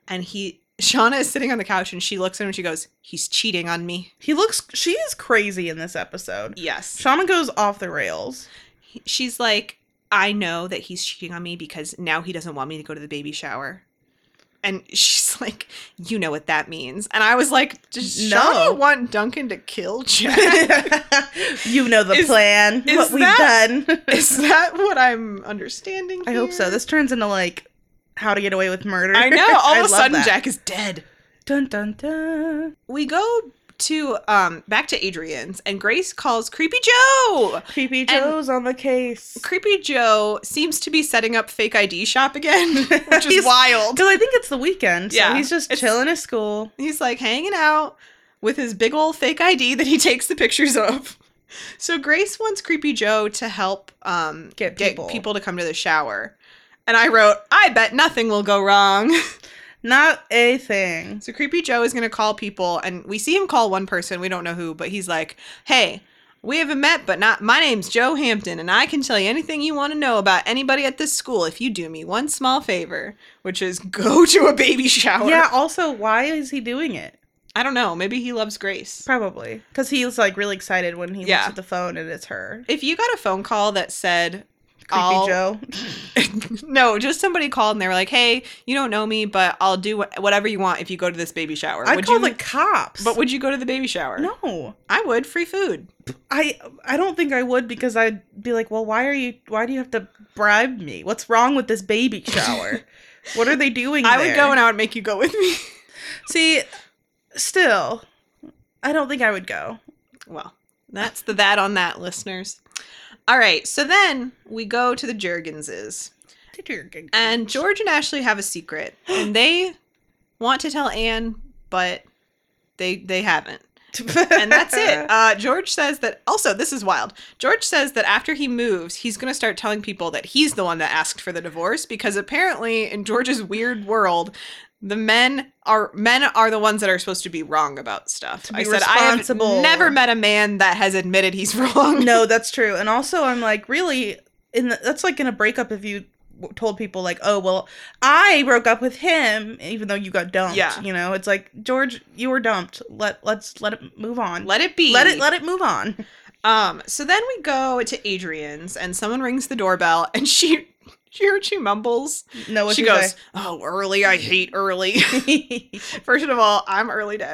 S1: and he Shauna is sitting on the couch, and she looks at him, and she goes, "He's cheating on me."
S3: He looks. She is crazy in this episode.
S1: Yes.
S3: Shauna goes off the rails.
S1: He- She's like, "I know that he's cheating on me because now he doesn't want me to go to the baby shower." And she's like, "You know what that means." And I was like, "Does
S3: No.
S1: Shauna want Duncan to kill Jack?"
S3: you know the
S1: Is-
S3: plan.
S1: is
S3: what we've
S1: that-
S3: done.
S1: Is that what I'm understanding?
S3: I hope so.
S1: here?
S3: This turns into like how to get away with murder.
S1: I know. All of a
S3: love
S1: sudden,
S3: that.
S1: Jack is dead.
S3: Dun dun dun.
S1: We go to um back to Adrian's, and Grace calls Creepy Joe.
S3: Creepy
S1: And-
S3: Joe's on the case.
S1: Creepy Joe seems to be setting up fake ID shop again, which is
S3: He's-
S1: wild.
S3: Because I think it's the weekend, so
S1: Yeah,
S3: he's just
S1: it's-
S3: chilling at school.
S1: He's like hanging out with his big old fake ID that he takes the pictures of. So Grace wants Creepy Joe to help um
S3: Get
S1: get
S3: people.
S1: people to come to the shower. And I wrote, I bet nothing will go wrong.
S3: Not a thing.
S1: So Creepy Joe is going to call people, and we see him call one person. We don't know who, but he's like, Hey, We haven't met, but not. My name's Joe Hampton, and I can tell you anything you want to know about anybody at this school if you do me one small favor, which is go to a baby shower.
S3: Yeah, also, why is he doing it?
S1: I don't know. Maybe he loves Grace.
S3: Probably. Because he's like really excited when he
S1: Yeah.
S3: looks at the phone and it's her.
S1: If you got a phone call that said,
S3: Creepy
S1: I'll-
S3: Joe.
S1: no, just somebody called and they were like, "Hey, you don't know me, but I'll do wha- whatever you want if you go to this baby shower."
S3: I
S1: would
S3: call
S1: you?
S3: the cops.
S1: but would you go to the baby shower?
S3: no.
S1: I would. Free food.
S3: I I don't think I would because I'd be like, well, why are you? Why do you have to bribe me? What's wrong with this baby shower? what are they doing?
S1: I would
S3: there?
S1: go and I would make you go with me.
S3: see. Still, I don't think I would go.
S1: Well, that's the that on that, listeners. All right, so then we go to the Jurgenses. And George and Ashley have a secret. And they want to tell Anne, but they they haven't. And that's it. Uh, George says that also, this is wild. George says that after he moves, he's going to start telling people that he's the one that asked for the divorce because apparently in George's weird world, the men are men are the ones that are supposed to be wrong about stuff.
S3: To be
S1: I said I have
S3: responsible."
S1: never met a man that has admitted he's wrong.
S3: no, that's true. And also, I'm like, really, in the, that's like in a breakup if you w- told people like, oh, well, I broke up with him, even though you got dumped.
S1: Yeah.
S3: you know, it's like George, you were dumped. Let let's let it move on.
S1: Let it be.
S3: let it let it move on.
S1: Um, so then we go to Adrian's and someone rings the doorbell and she she heard she mumbles.
S3: No, what
S1: she goes, Oh, early, I hate early. First of all, I'm early to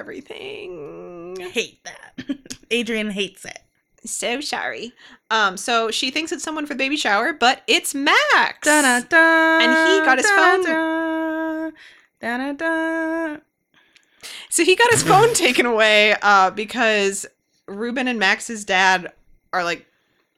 S1: everything.
S3: hate that. Adrian hates it.
S1: So sorry. Um, so she thinks it's someone for the baby shower, but it's Max.
S3: And
S1: he got his phone-
S3: phone. Da, da, da.
S1: So he got his phone taken away uh, because Ruben and Max's dad are like,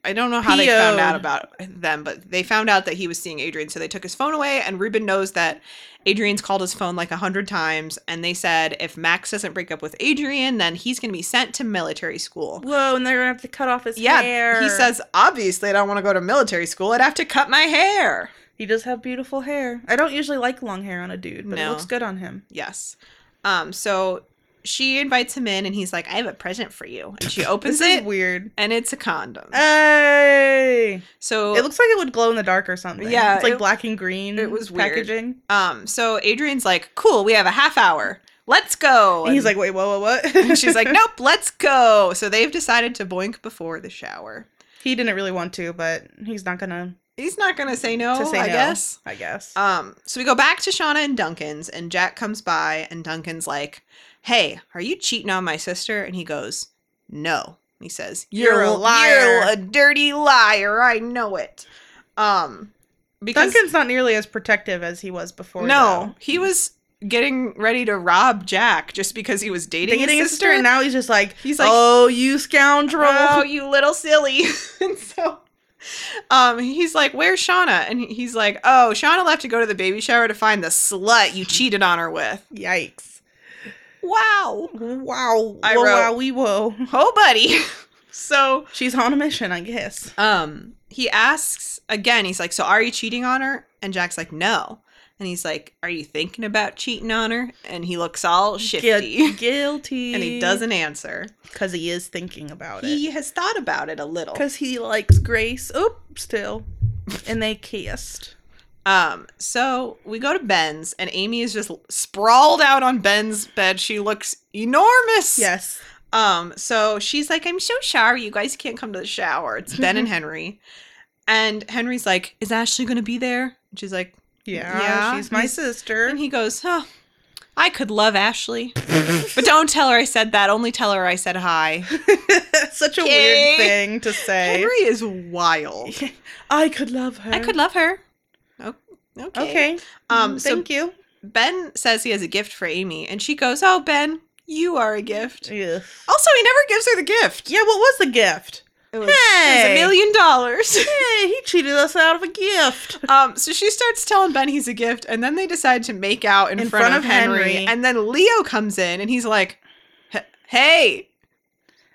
S1: I don't know how they found
S3: PO'd.
S1: out about them, but they found out that he was seeing Adrian. So they took his phone away, and Ruben knows that Adrian's called his phone like a hundred times. And they said if Max doesn't break up with Adrian, then he's going to be sent to military school.
S3: Whoa, and they're gonna have to cut off his
S1: Yeah,
S3: hair.
S1: he says, obviously, I don't want to go to military school. I'd have to cut my hair.
S3: he does have beautiful hair. I don't usually like long hair on a dude, but it
S1: No.
S3: looks good on him.
S1: Yes. Um, so she invites him in, and he's like, I have a present for you. And she opens
S3: This
S1: it,
S3: is weird.
S1: and it's a condom.
S3: Hey,
S1: So
S3: it looks like it would glow in the dark or something.
S1: Yeah,
S3: it's like
S1: it-
S3: black and green.
S1: it was weird.
S3: packaging.
S1: um so Adrian's like, "Cool, we have a half hour. Let's go."
S3: And he's like, wait, whoa, whoa, what?
S1: and she's like, "Nope, let's go." So they've decided to boink before the shower.
S3: he didn't really want to, but he's not gonna.
S1: He's not going to say no,
S3: To say
S1: I
S3: no.
S1: guess.
S3: I guess.
S1: Um so we go back to Shauna and Duncan's and Jack comes by and Duncan's like, "Hey, are you cheating on my sister?" And he goes, "No." He says,
S3: You're a
S1: You're
S3: liar."
S1: a dirty liar. I know it." Um because
S3: Duncan's not nearly as protective as he was before.
S1: No,
S3: though.
S1: he was getting ready to rob Jack just because he was dating,
S3: dating
S1: his sister.
S3: and now he's just like,
S1: He's like,
S3: "Oh, you scoundrel!"
S1: oh, you little silly. and so um, he's like, where's Shauna? And he- he's like, oh, Shauna left to go to the baby shower to find the slut you cheated on her with.
S3: Yikes!
S1: Wow.
S3: Wow!
S1: I
S3: whoa,
S1: wrote-
S3: wow, wee, whoa!
S1: Oh, buddy. so
S3: She's on a mission, I guess.
S1: um, he asks again, he's like, so are you cheating on her? And Jack's like, no. And he's like, are you thinking about cheating on her? And he looks all shifty.
S3: Gu- guilty,
S1: And he doesn't answer.
S3: because he is thinking about
S1: He
S3: it.
S1: has thought about it a little.
S3: Because he likes Grace. Oop, still, and they kissed.
S1: Um, so we go to Ben's, and Amy is just sprawled out on Ben's bed. She looks enormous.
S3: Yes,
S1: Um, so she's like, I'm so sorry you guys can't come to the shower. It's Ben and Henry. And Henry's like, Is Ashley gonna be there? And she's like,
S3: yeah,
S1: Yeah,
S3: she's my
S1: he's-
S3: sister.
S1: and he goes, Huh, I could love Ashley. but don't tell her I said that, only tell her I said hi.
S3: Such a
S1: Okay.
S3: weird thing to say.
S1: Henry is wild.
S3: I could love her.
S1: I could love her. Oh, okay.
S3: Okay.
S1: Um,
S3: Um.
S1: so-
S3: Thank you.
S1: Ben says he has a gift for Amy, and she goes, Oh, Ben, you are a gift.
S3: Ugh.
S1: Also, he never gives her the gift.
S3: Yeah. What was the gift?
S1: It was, it was
S3: Hey.
S1: a million dollars.
S3: Hey, he cheated us out of a gift.
S1: Um, so she starts telling Ben he's a gift, and then they decide to make out in, front, of Henry,
S3: Henry.
S1: And then Leo comes in, and he's like, "H- Hey,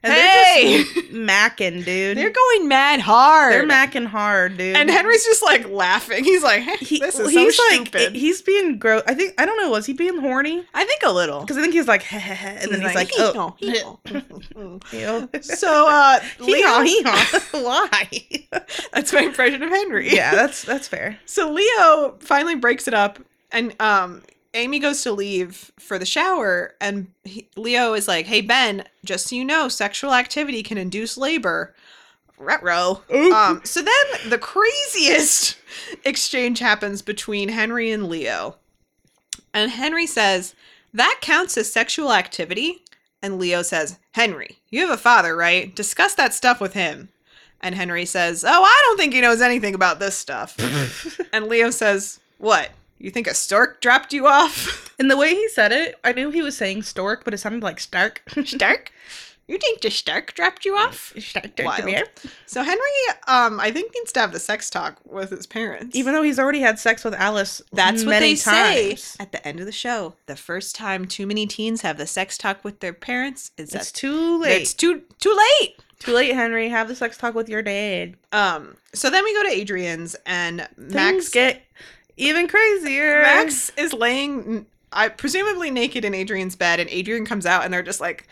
S3: And
S1: hey,
S3: they're just macking, dude.
S1: they're going mad hard.
S3: They're macking hard, dude.
S1: And Henry's just like laughing. He's like, "Hey,
S3: He-
S1: this is
S3: he's
S1: so
S3: like
S1: stupid.
S3: he's being gross. I think I don't know. Was he being horny?
S1: I think a little.
S3: Because I think he's like, and then he's like, oh,
S1: oh.
S3: ew.
S1: so uh,
S3: Hee-haw,
S1: Leo,
S3: hee-haw. Why?
S1: that's my impression of Henry.
S3: yeah, that's that's fair.
S1: So Leo finally breaks it up, and um, Amy goes to leave for the shower, and he, Leo is like, "Hey Ben, just so you know, sexual activity can induce labor." Retro. Um, so then the craziest exchange happens between Henry and Leo. And Henry says, That counts as sexual activity. And Leo says, Henry, you have a father, right? Discuss that stuff with him. And Henry says, Oh, I don't think he knows anything about this stuff. and Leo says, What? You think a stork dropped you off?
S3: And the way he said it, I knew he was saying stork, but it sounded like stark.
S1: Stark? You think the stork dropped you off?
S3: stark, dark,
S1: Wild.
S3: come here.
S1: So Henry, um, I think needs to have the sex talk with his parents.
S3: Even though he's already had sex with Alice,
S1: That's what
S3: many
S1: they say
S3: times.
S1: at the end of the show. The first time too many teens have the sex talk with their parents is
S3: It's
S1: it's,
S3: too late.
S1: it's too too late.
S3: too late, Henry. Have the sex talk with your dad.
S1: Um. So then we go to Adrian's and
S3: Things
S1: Max.
S3: get even crazier.
S1: Max is laying, I presumably naked in Adrian's bed, and Adrian comes out, and they're just like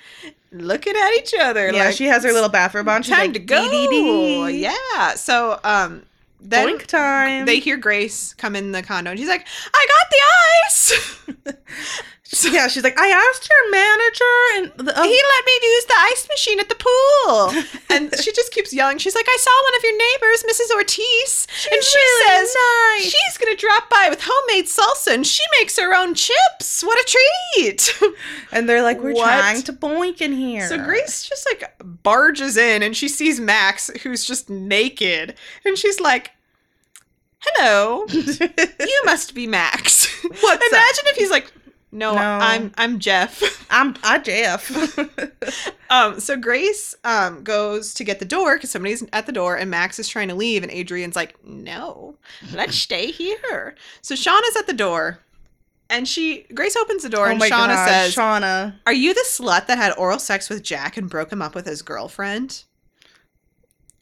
S1: looking at each other.
S3: yeah,
S1: like,
S3: she has her little bathroom on. She's
S1: time
S3: like,
S1: to go.
S3: "Dee-dee-dee."
S1: Yeah. So um, then
S3: Boink time.
S1: they hear Grace come in the condo, and she's like, "I got the ice."
S3: yeah, she's like, I asked your manager, and the, oh,
S1: he let me use the ice machine at the pool. and she just keeps yelling. She's like, I saw one of your neighbors, Mrs. Ortiz. and she says, She's going to drop by with homemade salsa and she makes her own chips. What a treat.
S3: and they're like, we're
S1: What?
S3: trying to boink in here.
S1: so Grace just like barges in and she sees Max, who's just naked. And she's like, Hello, you must be Max.
S3: What's up?
S1: Imagine if he's like, no,
S3: No.
S1: I'm I'm Jeff.
S3: I'm I Jeff.
S1: Um, so Grace um, goes to get the door because somebody's at the door, and Max is trying to leave, and Adrian's like, "No, let's stay here." So Shauna's at the door, and she Grace opens the door, and Shauna
S3: God,
S1: says,
S3: Oh Shauna.
S1: "Are you the slut that had oral sex with Jack and broke him up with his girlfriend?"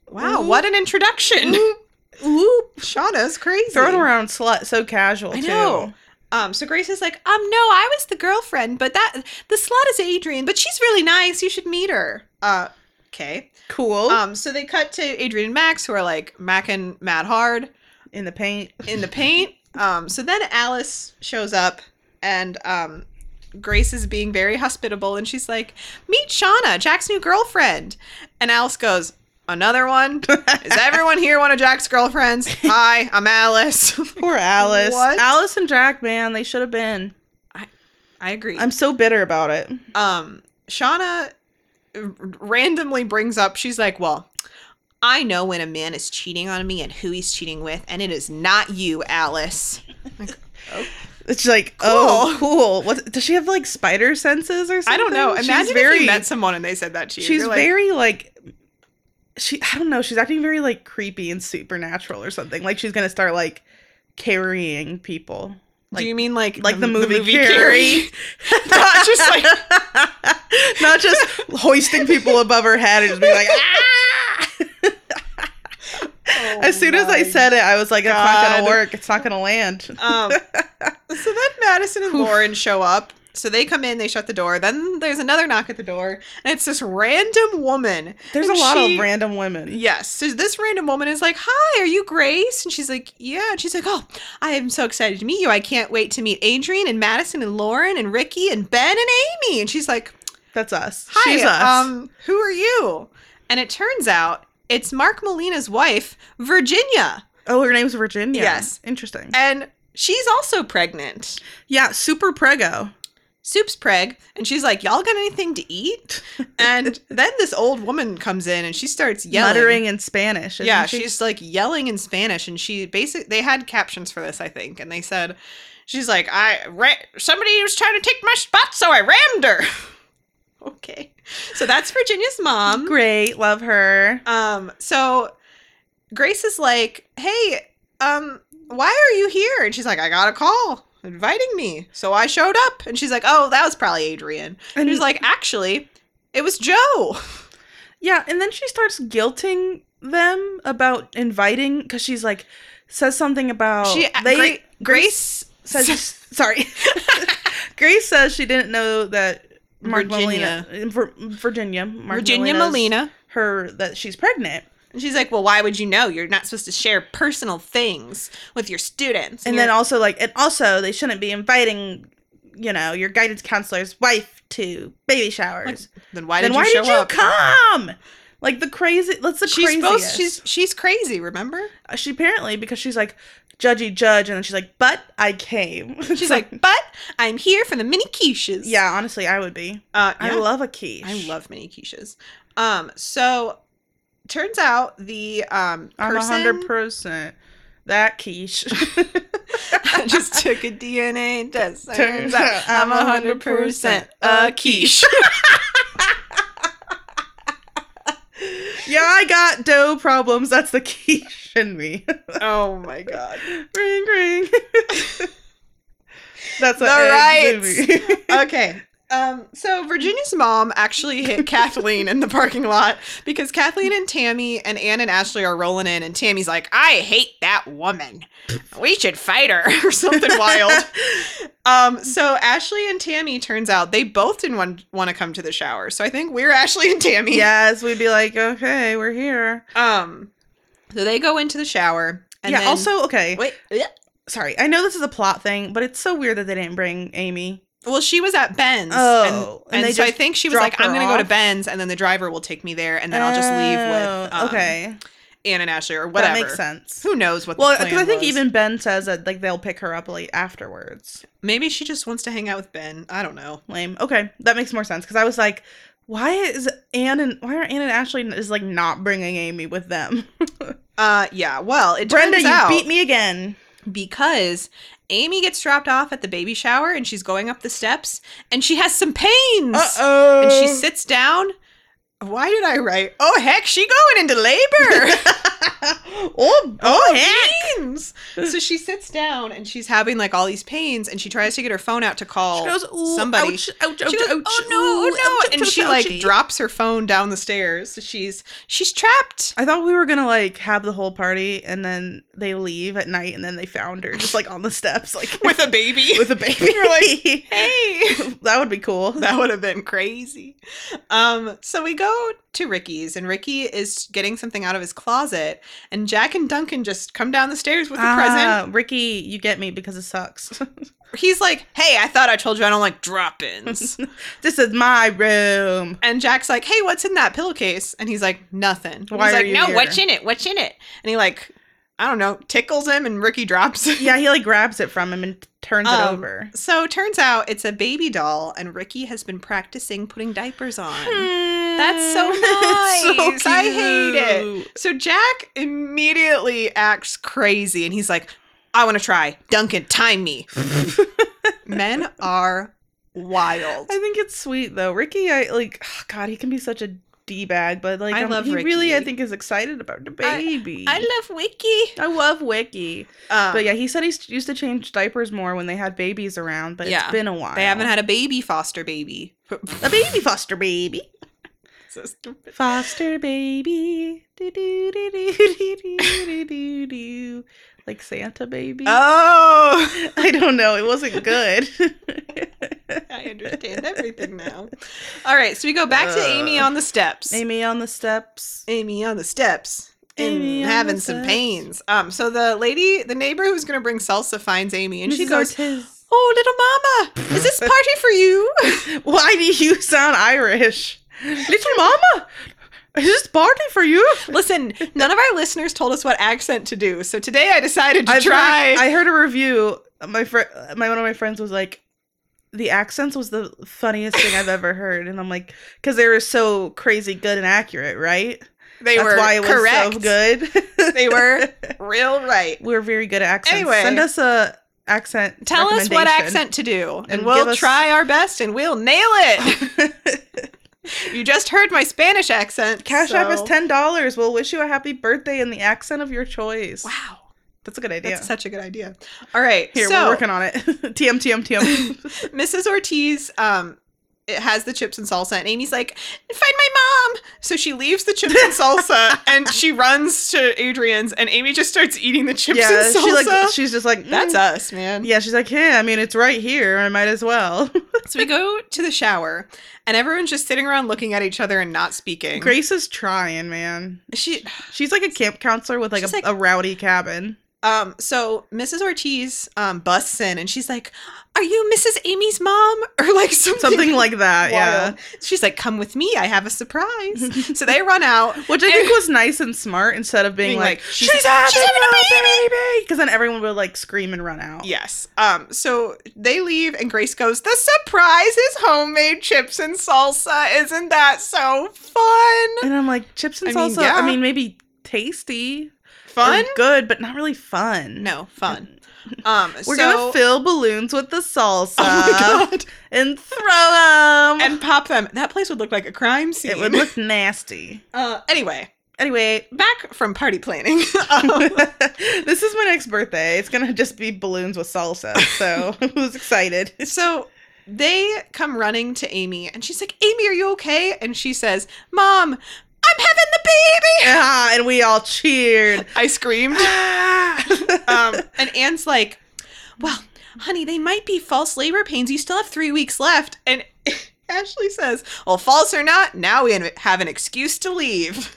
S1: Wow,
S3: Ooh.
S1: what an introduction!
S3: Ooh,
S1: Shauna's crazy.
S3: throwing around slut so casual.
S1: I
S3: too.
S1: know. Um, so Grace is like, um, no, I was the girlfriend, but that the slut is Adrian, but she's really nice. You should meet her. Uh, okay.
S3: Cool.
S1: Um, so they cut to Adrian and Max, who are like macking mad hard
S3: in the paint.
S1: in the paint. Um, so then Alice shows up, and um, Grace is being very hospitable, and she's like, "Meet Shauna, Jack's new girlfriend." And Alice goes, "Another one? Is everyone here one of Jack's girlfriends? Hi, I'm Alice."
S3: Poor Alice.
S1: What?
S3: Alice and Jack, man, they should have been.
S1: I agree.
S3: I'm so bitter about it.
S1: um shauna r- randomly brings up she's like well i know when a man is cheating on me and who he's cheating with and it is not you alice
S3: It's like, oh, cool. What does she have like spider senses or something?
S1: i don't know
S3: She's
S1: imagine if you met someone and they said that to you
S3: she's
S1: You're like,
S3: very like she i don't know she's acting very like creepy and supernatural or something like she's gonna start like carrying people like
S1: do you mean like
S3: like the movie Carrie?
S1: not just like
S3: not just hoisting people above her head and just being like ah! as soon as i said it i was like it's not
S1: Oh God.
S3: gonna work it's not gonna land
S1: Um, so then Madison and
S3: Oof.
S1: Lauren show up. So they come in, they shut the door. Then there's another knock at the door, and it's this random woman.
S3: there's a
S1: and
S3: lot
S1: she-
S3: of random women
S1: Yes. So this random woman is like, Hi, are you Grace? And she's like, Yeah. And she's like, Oh, I am so excited to meet you. I can't wait to meet Adrian and Madison and Lauren and Ricky and Ben and Amy. And she's like,
S3: that's us
S1: Hi,
S3: she's us
S1: um, who are you? And it turns out it's Mark Molina's wife, Virginia.
S3: oh her name's virginia
S1: Yes.
S3: interesting
S1: And she's also pregnant.
S3: yeah super prego
S1: Soup's preg, and she's like, Y'all got anything to eat? And then this old woman comes in and she starts yelling.
S3: muttering in spanish isn't
S1: yeah,
S3: she?
S1: she's like yelling in Spanish, and she basic. They had captions for this, I think, and they said, "She's like, I ra- somebody was trying to take my spot, so I rammed her." okay, so that's Virginia's mom.
S3: great love her
S1: Um, so Grace is like, "Hey, um, why are you here?" And she's like, "I got a call inviting me, so I showed up." And she's like, "Oh, that was probably Adrian." And he's like, "Actually, it was Joe."
S3: Yeah, and then she starts guilting them about inviting because she's like says something about
S1: she uh,
S3: they
S1: Gra- Grace
S3: says sorry. Grace says she didn't know that Mark
S1: Virginia.
S3: Molina, uh, Vir- Virginia, Mark
S1: Virginia
S3: Molina's-
S1: Molina.
S3: her that she's pregnant.
S1: And she's like, "Well, why would you know? You're not supposed to share personal things with your students."
S3: and then
S1: you're-
S3: also like and also they shouldn't be inviting you know your guidance counselor's wife to baby showers
S1: then why
S3: then
S1: did
S3: why
S1: you show
S3: did you
S1: up?
S3: come like the crazy that's the
S1: She's
S3: craziest
S1: supposed. She's she's crazy. Remember?
S3: she apparently because she's like judgy judge and then she's like but i came
S1: She's like, "But I'm here for the mini quiches."
S3: yeah honestly i would be
S1: Uh,
S3: i
S1: yeah.
S3: love a quiche
S1: I love mini quiches. Um, so turns out the um
S3: i'm a
S1: person
S3: hundred percent that quiche
S1: just took a DNA test. Turns,
S3: Turns
S1: out,
S3: out
S1: I'm a
S3: I'm
S1: hundred
S3: 100%
S1: percent a quiche.
S3: yeah i got dough problems that's the quiche in me
S1: oh my god.
S3: ring ring that's what
S1: The
S3: ends in me.
S1: Okay. Um, so Virginia's mom actually hit Kathleen in the parking lot because Kathleen and Tammy and Ann and Ashley are rolling in, and Tammy's like, "I hate that woman. We should fight her or something wild." Um, so Ashley and Tammy turns out they both didn't want, want to come to the shower. So I think we're Ashley and Tammy.
S3: yes, we'd be like, okay, we're here.
S1: Um, so they go into the shower. And
S3: yeah.
S1: then-
S3: also, okay.
S1: wait. yeah.
S3: Sorry, I know this is a plot thing, but it's so weird that they didn't bring Amy.
S1: Well, she was at Ben's.
S3: Oh,
S1: and, and,
S3: and they
S1: so I
S3: just
S1: think she was
S3: drop
S1: like, "I'm
S3: her
S1: going to go to
S3: off?
S1: Ben's, and then the driver will take me there, and then I'll just leave with
S3: Oh,
S1: um,
S3: okay,
S1: Anne and Ashley or whatever."
S3: That makes sense.
S1: Who knows what?
S3: Well,
S1: the
S3: because
S1: plan
S3: I think
S1: was.
S3: even Ben says that like they'll pick her up like afterwards.
S1: maybe she just wants to hang out with Ben. I don't know.
S3: Lame. Okay, that makes more sense because I was like, why is Anne and why are Anne and Ashley is like not bringing Amy with them?
S1: Uh, yeah. Well, it
S3: Brenda,
S1: turns
S3: you
S1: out
S3: beat me again.
S1: because Amy gets dropped off at the baby shower, and she's going up the steps, and she has some pains,
S3: oh.
S1: and she sits down. Uh. Why did I write? Oh heck, she going into labor.
S3: oh,
S1: Oh, pains! So she sits down and she's having like all these pains, and she tries to get her phone out to call
S3: She goes, "Ooh,
S1: somebody.
S3: ouch, ouch, ouch,
S1: she goes,
S3: ouch,
S1: "Oh no, oh
S3: ooh,
S1: no!"
S3: ouch, ouch,
S1: and she
S3: ouch,
S1: like
S3: ouchie."
S1: drops her phone down the stairs. So she's she's trapped.
S3: I thought we were gonna like have the whole party and then they leave at night and then they found her just like on the steps, like
S1: With a baby.
S3: with a baby. You're like,
S1: hey,
S3: that would be cool.
S1: that would have been crazy. Um, so we go to Ricky's, and Ricky is getting something out of his closet, and Jack and Duncan just come down the stairs with a present.
S3: Ah, Ricky, you get me because it sucks.
S1: He's like, "Hey, I thought I told you I don't like drop-ins."
S3: this is my room.
S1: And Jack's like, "Hey, what's in that pillowcase?" And he's like, "Nothing." And
S3: Why
S1: he's
S3: are
S1: like,
S3: you
S1: "No,
S3: here?"
S1: what's in it? What's in it?" And he like, I don't know, tickles him, and Ricky drops it.
S3: Yeah, he like grabs it from him and turns
S1: Um,
S3: it over.
S1: So turns out it's a baby doll, and Ricky has been practicing putting diapers on.
S3: Hmm. That's
S1: Mm, so nice. I hate it. So Jack immediately acts crazy, and he's like, "I want to try, Duncan, time me." Men are wild.
S3: I think it's sweet though. Ricky, I like God, he can be such a D bag, but like
S1: I
S3: um,
S1: love
S3: he really I
S1: Ricky.
S3: think is excited about the
S1: I-
S3: baby.
S1: love Wiki.
S3: I love Wiki.
S1: Um,
S3: but yeah, he said he s- used to change diapers more when they had babies around, but
S1: Yeah.
S3: it's been a while.
S1: they haven't had a baby foster baby.
S3: a baby foster baby.
S1: so stupid.
S3: Foster baby. Do, do, do, do, do, do, do, do. Like Santa baby.
S1: Oh,
S3: I don't know. It wasn't good.
S1: I understand everything now. All right, so we go back to Amy on the steps.
S3: Amy on the steps.
S1: Amy on the steps. And
S3: Amy on the
S1: having some
S3: steps.
S1: pains. Um, so the lady, the neighbor who's gonna bring salsa finds Amy and she
S3: Mrs.
S1: goes,
S3: Ortiz.
S1: Oh little mama, is this party for you?
S3: Why do you sound Irish? Little mama, is this party for you?
S1: Listen, none of our listeners told us what accent to do, so today I decided to
S3: I've
S1: try
S3: heard- I heard a review. My friend, my one of my friends was like, the accents was the funniest thing I've ever heard, and I'm like, because they were so crazy good and accurate, right?
S1: they
S3: That's
S1: were
S3: why it was
S1: correct.
S3: so good.
S1: They were real right.
S3: we're very good at accents.
S1: Anyway.
S3: send us a accent.
S1: Tell us what
S3: recommendation.
S1: accent to do, and,
S3: And give
S1: we'll
S3: us-
S1: try our best and we'll nail it. you just heard my Spanish accent.
S3: Cash App is
S1: so-
S3: ten dollars. We'll wish you a happy birthday in the accent of your choice.
S1: Wow.
S3: That's a good idea.
S1: That's such a good idea. All right.
S3: Here
S1: so
S3: we're working on it. TM TM TM.
S1: Mrs. Ortiz um it has the chips and salsa, and Amy's like, "Find my mom!" So she leaves the chips and salsa, and she runs to Adrian's, and Amy just starts eating the chips
S3: yeah,
S1: and salsa.
S3: she like she's just like
S1: That's
S3: mm.
S1: us, man.
S3: Yeah, she's like, hey, I mean, it's right here. I might as well.
S1: So we go to the shower, and everyone's just sitting around looking at each other and not speaking.
S3: Grace is trying, man.
S1: She,
S3: She's like a camp counselor with like, a,
S1: She's like-
S3: a rowdy cabin.
S1: um, so Mrs. Ortiz um busts in, and she's like, "Are you Mrs. Amy's mom?" Or like something,
S3: Something like that, yeah.
S1: wild. She's like, "Come with me. I have a surprise." so they run out.
S3: Which I think was nice and smart instead of being,
S1: Being
S3: like,
S1: like,
S3: she's,
S1: she's-
S3: having,
S1: she's having
S3: a
S1: a
S3: baby! Because then everyone would like scream and run out.
S1: Yes. Um. So they leave, and Grace goes. The surprise is homemade chips and salsa. Isn't that so fun?
S3: And I'm like, chips and
S1: I
S3: salsa,
S1: mean, yeah.
S3: I mean, maybe tasty. or
S1: Fun?
S3: Good, but not really fun.
S1: No, fun. Um.
S3: We're
S1: so-
S3: gonna fill balloons with the salsa
S1: Oh my god!
S3: and throw them.
S1: And pop them. That place would look like a crime scene.
S3: it would look nasty.
S1: Uh. Anyway,
S3: Anyway,
S1: back from party planning. um,
S3: this is my next birthday. It's gonna just be balloons with salsa. So who's excited?
S1: so they come running to Amy, and she's like, "Amy, are you okay?" And she says, "Mom, I'm having the baby."
S3: Ah, and we all cheered.
S1: I screamed. um, and Anne's like, "Well, honey, they might be false labor pains. You still have three weeks left." And Ashley says, "Well, false or not, now we have an excuse to leave."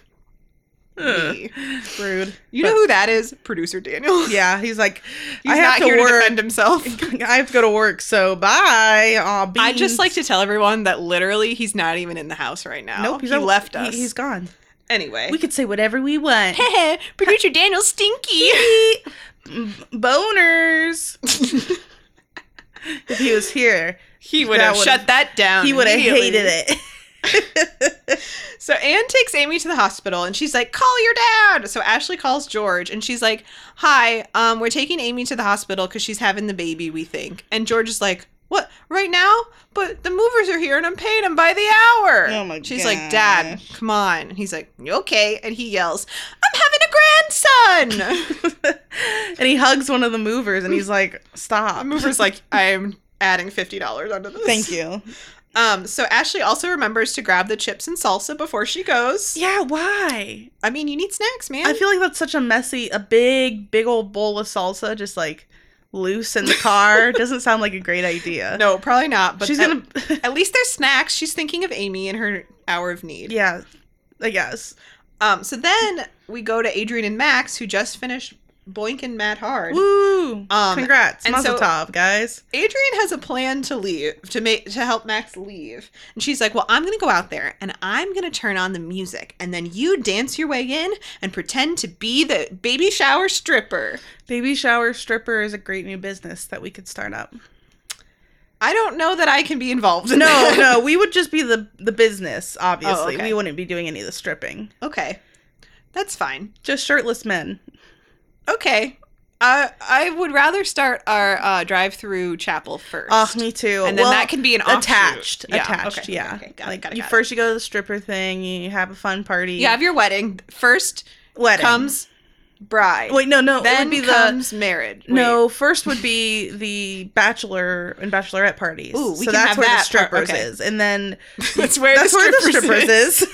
S3: Ugh.
S1: Me.
S3: Rude.
S1: You know who that is? Producer Daniel.
S3: Yeah, he's like,
S1: He's
S3: I have
S1: not
S3: to
S1: here to
S3: work.
S1: defend himself.
S3: I have to go to work. So bye. Aw,
S1: I just
S3: beans.
S1: like to tell everyone that literally he's not even in the house right now.
S3: Nope, he's
S1: he
S3: out-
S1: left
S3: he-
S1: us.
S3: he's gone.
S1: anyway.
S3: We could say whatever we want.
S1: Heh, producer Daniel's stinky.
S3: Boners. If he was here,
S1: he would
S3: That
S1: have
S3: would've-
S1: shut that down.
S3: he would have
S1: immediately.
S3: hated it.
S1: So Anne takes Amy to the hospital and she's like, call your dad. So Ashley calls George and she's like, hi, um, we're taking Amy to the hospital because she's having the baby, we think. And George is like, what, right now? But the movers are here and I'm paying them by the hour.
S3: Oh my
S1: She's like, dad, come on. And he's like, "You okay. And he yells, I'm having a grandson.
S3: and he hugs one of the movers and he's like,
S1: the
S3: stop.
S1: mover's like, I'm adding $50 onto this.
S3: Thank you.
S1: Um, so Ashley also remembers to grab the chips and salsa before she goes.
S3: Yeah, why?
S1: I mean, you need snacks, man.
S3: I feel like that's such a messy, a big, big old bowl of salsa just like loose in the car. Doesn't sound like a great idea.
S1: no, probably not. But
S3: she's
S1: at-
S3: gonna,
S1: At least there's snacks. She's thinking of Amy in her hour of need.
S3: yeah, I guess.
S1: Um, so then we go to Adrian and Max, who just finished Boink and Mad Hard.
S3: Woo!
S1: Um,
S3: Congrats,
S1: and
S3: Mazel
S1: so-
S3: Tov, guys.
S1: Adrian has a plan to leave to make to help Max leave, and she's like, "Well, I'm gonna go out there and I'm gonna turn on the music, and then you dance your way in and pretend to be the baby shower stripper."
S3: Baby shower stripper is a great new business that we could start up.
S1: I don't know that I can be involved. In
S3: No,
S1: that.
S3: no, we would just be the the business. Obviously,
S1: Oh, okay.
S3: we wouldn't be doing any of the stripping.
S1: Okay, that's fine.
S3: Just shirtless men.
S1: Okay, uh, I would rather start our uh, drive-through chapel first.
S3: Oh, me too.
S1: and then
S3: Well,
S1: that can be an offshoot.
S3: attached,
S1: Yeah,
S3: attached.
S1: okay,
S3: yeah,
S1: okay, got it,
S3: like
S1: got it,
S3: you
S1: got it.
S3: first you go to the stripper thing, you have a fun party.
S1: You have your wedding first
S3: wedding
S1: comes bride.
S3: Wait, no, no, it
S1: then
S3: would be the
S1: comes marriage. Wait.
S3: no. First would be the bachelor and bachelorette parties.
S1: Ooh, we
S3: so
S1: can
S3: that's
S1: have
S3: where the
S1: that part,
S3: strippers
S1: okay.
S3: is, and then
S1: that's where
S3: that's
S1: the
S3: where the
S1: strippers,
S3: strippers
S1: is.
S3: is.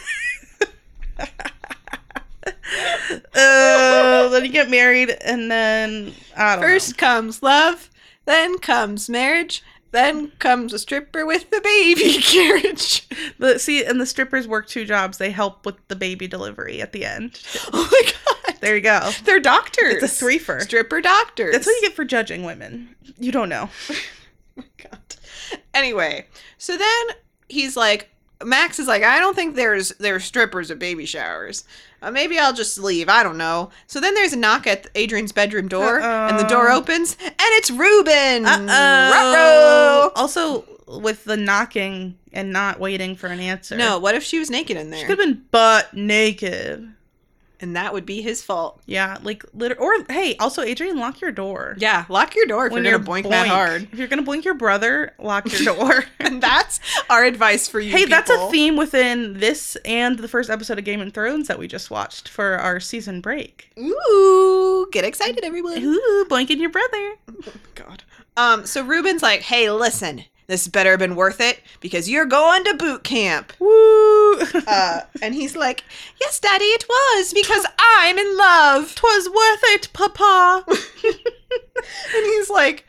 S3: uh, then you get married, and then I don't know.
S1: First comes love, then comes marriage, then comes a stripper with the baby carriage.
S3: The, see, and the strippers work two jobs. They help with the baby delivery at the end.
S1: Oh my god.
S3: There you go.
S1: They're doctors.
S3: It's a threefer.
S1: Stripper doctors.
S3: That's what you get for judging women. You don't know.
S1: get. Anyway, so then he's like Max is like, I don't think there's there's strippers at baby showers. Uh, maybe I'll just leave. I don't know. So then there's a knock at Adrian's bedroom door, and the door
S3: Uh-oh.
S1: opens, and it's Ruben.
S3: Mm, Uh-oh.
S1: Ruh-roh.
S3: Also, with the knocking and not waiting for an answer.
S1: No, what if she was naked in
S3: She
S1: there?
S3: could have been butt naked.
S1: and that would be his fault.
S3: Yeah, like liter- or hey, also Adrian, lock your door.
S1: Yeah, lock your door if you're, gonna boink, that hard.
S3: If you're gonna boink your brother, lock your door.
S1: And that's our advice for you.
S3: hey, that's a
S1: people.
S3: theme within this and the first episode of Game of Thrones that we just watched for our season break.
S1: Ooh, get Mm. excited, everyone.
S3: Ooh, boinking your brother.
S1: God. Um, so Ruben's like, hey, listen, This better been worth it because you're going to boot camp.
S3: Woo!
S1: Uh, and he's like, Yes, Daddy, it was because I'm in love.
S3: Twas worth it, Papa.
S1: And he's like,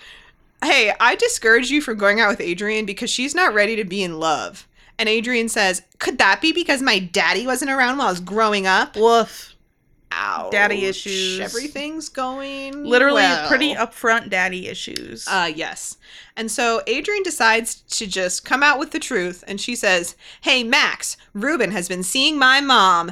S1: Hey, I discourage you from going out with Adrian because she's not ready to be in love. And Adrian says, Could that be because my daddy wasn't around while I was growing up?
S3: Woof.
S1: Ouch.
S3: Daddy issues.
S1: Everything's going
S3: Literally,
S1: well.
S3: pretty upfront daddy issues.
S1: Uh, yes. And so Adrian decides to just come out with the truth, and she says, "Hey, Max, Ruben has been seeing my mom.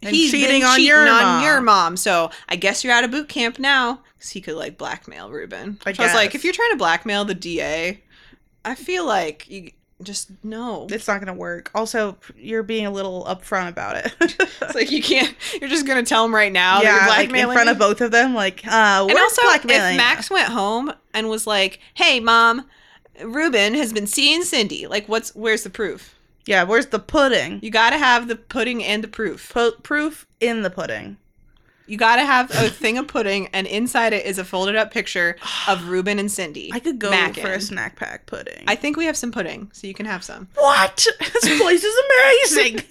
S3: And cheating on your mom."
S1: your mom. So I guess you're out of boot camp now, because he could like blackmail Ruben.
S3: I
S1: Which I, was like,
S3: guess.
S1: if you're trying to blackmail the DA, I feel like you just no.
S3: it's not gonna work. Also, you're being a little upfront about it.
S1: It's like you can't. You're just gonna tell him right now. that
S3: yeah,
S1: you're
S3: like in
S1: blackmailing
S3: front
S1: me?
S3: of both of them, like uh,
S1: And
S3: we're
S1: also,
S3: blackmailing.
S1: if Max went home and was like, "Hey, mom, Ruben has been seeing Cindy. Like, what's where's the proof?
S3: yeah, where's the pudding?
S1: You got to have the pudding and the proof.
S3: Po- proof in the pudding.
S1: You got to have a thing of pudding, and inside it is a folded up picture of Ruben and Cindy.
S3: I could go
S1: Mackin'.
S3: for a snack pack pudding.
S1: I think we have some pudding, so you can have some.
S3: what? this place is amazing.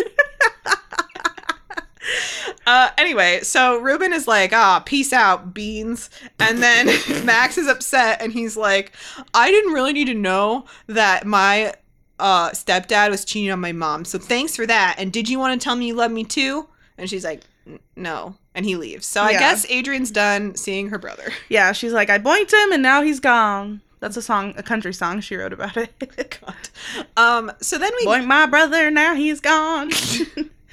S1: Uh, anyway, so Ruben is like, ah, peace out, beans. And then Max is upset and he's like, I didn't really need to know that my uh, stepdad was cheating on my mom. So thanks for that. And did you want to tell me you love me too? And she's like, "N- no. And he leaves. So I
S3: Yeah.
S1: guess Adrian's done seeing her brother.
S3: yeah, she's like, I boinked him, and now he's gone. That's a song, a country song she wrote about it.
S1: Um, so then we
S3: Boink my brother, now he's gone.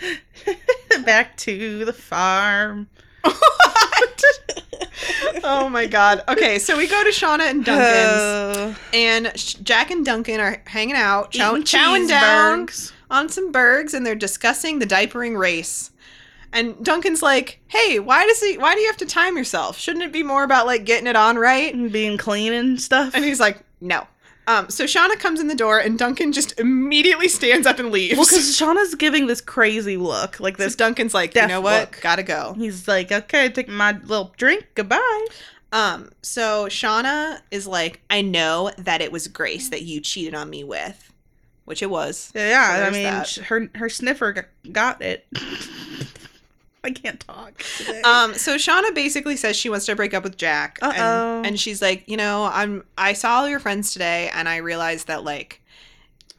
S3: Back to the farm.
S1: oh my god. Okay, so we go to Shauna and Duncan's,
S3: Duncan's.
S1: and Sh- Jack and Duncan are hanging out, chow- chowing down. on some bergs and they're discussing the diapering race. And Duncan's like, "Hey, why does he? Why do you have to time yourself? Shouldn't it be more about like getting it on right?"
S3: and being clean and stuff.
S1: And he's like, "No." Um, so Shauna comes in the door, and Duncan just immediately stands up and leaves.
S3: well, because Shauna's giving this crazy look, like
S1: this
S3: this.
S1: Duncan's like, "You
S3: Death
S1: know what?
S3: look.
S1: Gotta go."
S3: He's like, okay, take my little drink. Goodbye.
S1: Um, so Shauna is like, "I know that it was Grace that you cheated on me with, which it was."
S3: Yeah,
S1: So
S3: I
S1: there's
S3: mean,
S1: that.
S3: sh her her sniffer g- got it. I can't talk. Today.
S1: Um, so Shauna basically says she wants to break up with Jack. and-
S3: Uh-oh.
S1: And, she's like, you know, I'm I saw all your friends today and I realized that like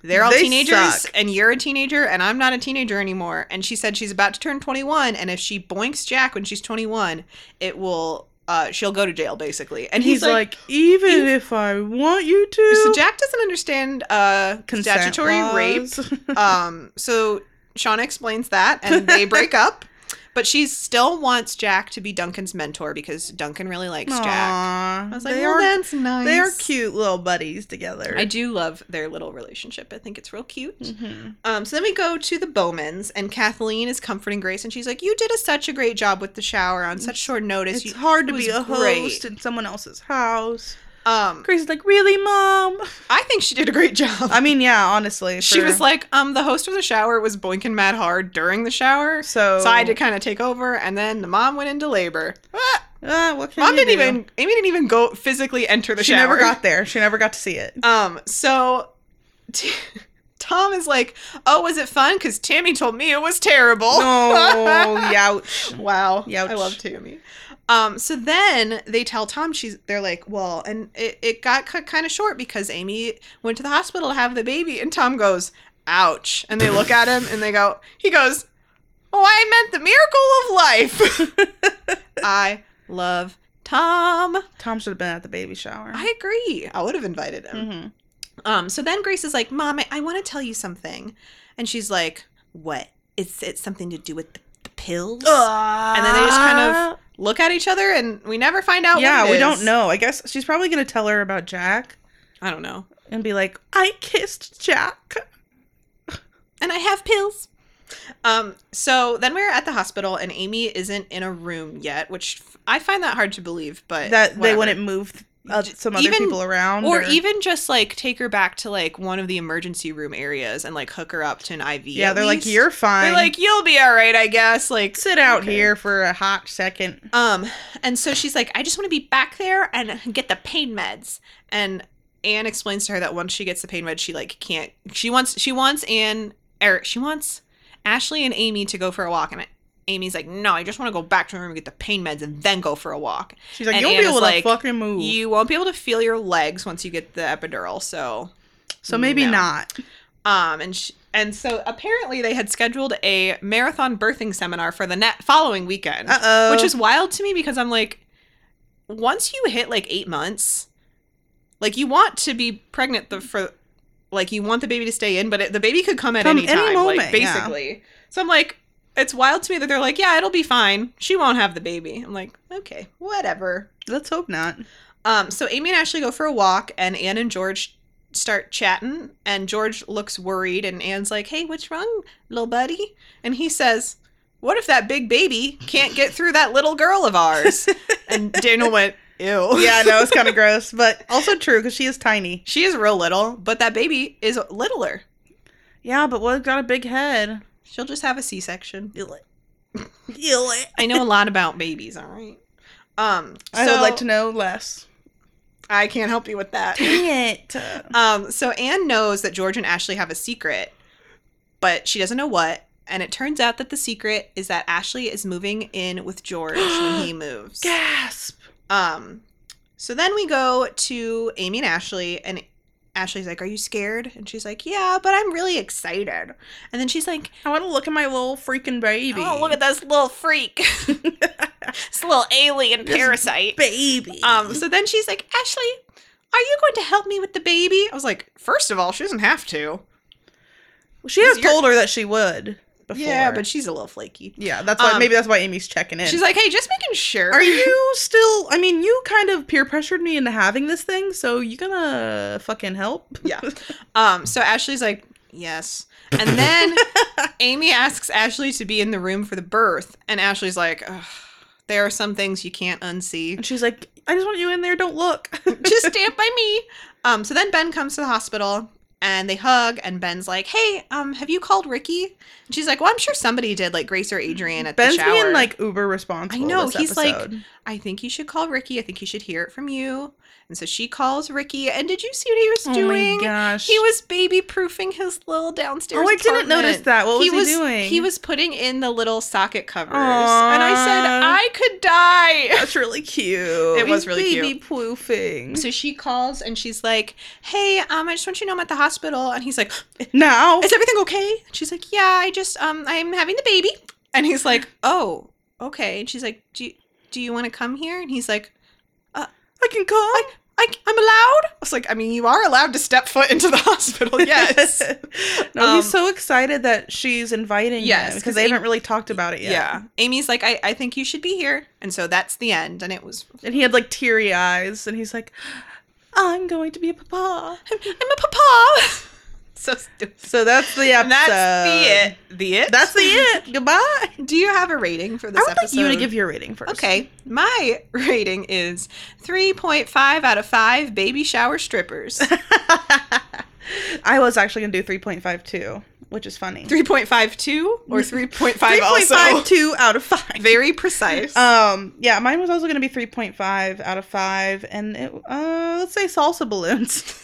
S1: they're all
S3: They
S1: teenagers
S3: suck.
S1: and you're a teenager and I'm not a teenager anymore. And she said she's about to turn twenty one and if she boinks Jack when she's twenty one, it will uh she'll go to jail basically. And he's, like,
S3: even if I want you to,
S1: So Jack doesn't understand uh
S3: consent
S1: statutory rape.
S3: laws.
S1: Um so Shauna explains that and they break up. But she still wants Jack to be Duncan's mentor because Duncan really likes Jack.
S3: Aw,
S1: I was like,
S3: they
S1: well,
S3: are
S1: that's nice.
S3: they are cute little buddies together.
S1: I do love their little relationship. I think it's real cute.
S3: Mhm.
S1: Um, so then we go to the Bowmans, and Kathleen is comforting Grace, and she's like, "You did a, such a great job with the shower on such short notice.
S3: It's
S1: You,
S3: hard to
S1: it
S3: be
S1: was
S3: a
S1: great.
S3: host in someone else's house.
S1: um,
S3: Grace is like, really, mom?
S1: I think she did a great job.
S3: I mean, yeah, honestly,
S1: she
S3: for-
S1: was like, um, the host of the shower was boinking mad hard during the shower, so,
S3: so.
S1: I had to kind of take over, and then the mom went into labor. Ah,
S3: Ah, what can
S1: mom
S3: you
S1: didn't
S3: do?
S1: even Amy didn't even go physically enter the
S3: She
S1: shower.
S3: never got there. She never got to see it.
S1: Um, so t- Tom is like, "Oh, was it fun? Because Tammy told me it was
S3: Oh.
S1: terrible."
S3: No, youch.
S1: wow,
S3: Youch.
S1: I love Tammy. Um, so then they tell Tom she's. They're like, "Well," and it it got cut kind of short because Amy went to the hospital to have the baby, and Tom goes, "Ouch!" And they look at him and they go, "He goes, oh, I meant the miracle of life." I love Tom.
S3: Tom should have been at the baby shower.
S1: I agree. I would have invited him.
S3: Mhm.
S1: Um, so then Grace is like, Mom, I, I want to tell you something. And she's like, What? Is it something to do with the, the pills?
S3: And
S1: then they just kind Look at each other and we never find out
S3: Yeah,
S1: what it
S3: we
S1: is.
S3: don't know. I guess she's probably gonna tell her about Jack
S1: I don't know.
S3: and be like, I kissed Jack.
S1: And I have pills. Um, so then we're at the hospital and Amy isn't in a room yet, which f- I find that hard to believe, but
S3: That they
S1: Uh, whatever.
S3: wouldn't move uh, some other
S1: Even-
S3: people around.
S1: or even just like take her back to like one of the emergency room areas and like hook her up to an IV.
S3: Yeah,
S1: at
S3: they're like,
S1: least.
S3: You're fine.
S1: They're like, you'll be all right, I guess. Like,
S3: sit out
S1: okay.
S3: here for a hot second.
S1: Um, and so she's like, I just want to be back there and get the pain meds. And Anne explains to her that once she gets the pain med, she like can't. She wants she wants Anne or she wants Ashley and Amy to go for a walk, and Amy's like, "No, I just want to go back to my room and get the pain meds and then go for a walk.
S3: She's like,
S1: And
S3: you'll be
S1: Anna's
S3: able
S1: like,
S3: to fucking move.
S1: You won't be able to feel your legs once you get the epidural, so
S3: so maybe
S1: No.
S3: not.
S1: Um, and sh- and so apparently they had scheduled a marathon birthing seminar for the net following weekend,
S3: Uh oh.
S1: which is wild to me because I'm like, once you hit like eight months, like you want to be pregnant the for, like you want the baby to stay in, but it, the baby could come at
S3: Come
S1: any
S3: any
S1: time, like
S3: moment, yeah.
S1: basically. So I'm like, it's wild to me that they're like, yeah, it'll be fine. She won't have the baby. I'm like, okay, whatever.
S3: Let's hope not.
S1: Um, so Amy and Ashley go for a walk, and Anne and George start chatting, and George looks worried, and Anne's like, "Hey, what's wrong, little buddy?" And he says, "What if that big baby can't get through that little girl of ours?" and Daniel went, "Ew."
S3: Yeah, I know it's kind of gross, but also true because she is tiny.
S1: She is real little, but that baby is littler.
S3: Yeah, but what got a big head?
S1: She'll just have a C-section.
S3: Ew.
S1: I know a lot about babies, all right. Um,
S3: I would like to know less.
S1: I can't help you with that.
S3: it.
S1: Um, so Anne knows that George and Ashley have a secret, but she doesn't know what. And it turns out that the secret is that Ashley is moving in with George when he moves.
S3: Gasp.
S1: Um, so then we go to Amy and Ashley, and Ashley's like, "Are you scared?" And she's like, "Yeah, but I'm really excited." And then she's like,
S3: I want to look at my little freaking baby.
S1: "Oh, look at this little freak, this little alien
S3: This
S1: parasite."
S3: baby.
S1: Um, so then she's like, Ashley, are you going to help me with the baby? I was like, first of all, she doesn't have to.
S3: she has
S1: is your-
S3: told her that she would before.
S1: Yeah, but she's a little flaky.
S3: yeah, that's why
S1: Um,
S3: maybe that's why Amy's checking in.
S1: She's like, hey, just making sure.
S3: Are you still? I mean, you kind of peer pressured me into having this thing, so you gonna fucking help?
S1: Yeah. Um, so Ashley's like, yes. And then Amy asks Ashley to be in the room for the birth, and Ashley's like, Ugh, there are some things you can't unsee.
S3: And she's like, I just want you in there. Don't look.
S1: just stand by me. Um, so then Ben comes to the hospital and they hug and Ben's like, Hey, um, have you called Ricky? And she's like, Well, I'm sure somebody did, like Grace or Adrian at
S3: Ben's
S1: the shower.
S3: being like uber responsible.
S1: I know,
S3: this
S1: he's like-
S3: episode.
S1: I think you should call Ricky. I think you should hear it from you. And so she calls Ricky and did you see what he was doing?
S3: Oh my gosh.
S1: He was baby proofing his little downstairs.
S3: Oh, I didn't notice
S1: apartment.
S3: that. What was he doing?
S1: He was putting in the little socket covers.
S3: Aw.
S1: And I said, I could die.
S3: That's really cute.
S1: It was really
S3: baby poofing.
S1: So she calls and she's like, Hey, um, I just want you to know I'm at the hospital. And he's like, "Oh,
S3: now,
S1: Is everything okay? She's like, Yeah, I just um I'm having the baby. And he's like, Oh, okay. And she's like, Do you, do you want to come here? And he's like, "Uh,
S3: I can come.
S1: I, I'm allowed. I was like, I mean, you are allowed to step foot into the hospital. Yes.
S3: no,
S1: Um,
S3: he's so excited that she's inviting
S1: Yes,
S3: him
S1: 'cause
S3: because they
S1: he-
S3: haven't really talked about it
S1: yeah.
S3: yet.
S1: Amy's like, I, I think you should be here. And so that's the end. And it was,
S3: And he had like teary eyes and he's like, I'm going to be a papa.
S1: I'm, I'm a papa. so stupid.
S3: So that's the episode.
S1: And that's the it. The it.
S3: That's the it. Goodbye.
S1: Do you have a rating for this
S3: I would like
S1: episode?
S3: you to give your rating first.
S1: Okay, my rating is 3.5 out of 5 baby shower strippers.
S3: I was actually going to do 3.5 too, which is funny.
S1: 3.52 or 3.5 also.
S3: 3.52 out of 5.
S1: Very precise.
S3: Um, yeah, mine was also going to be 3.5 out of 5 and it, uh, let's say salsa balloons.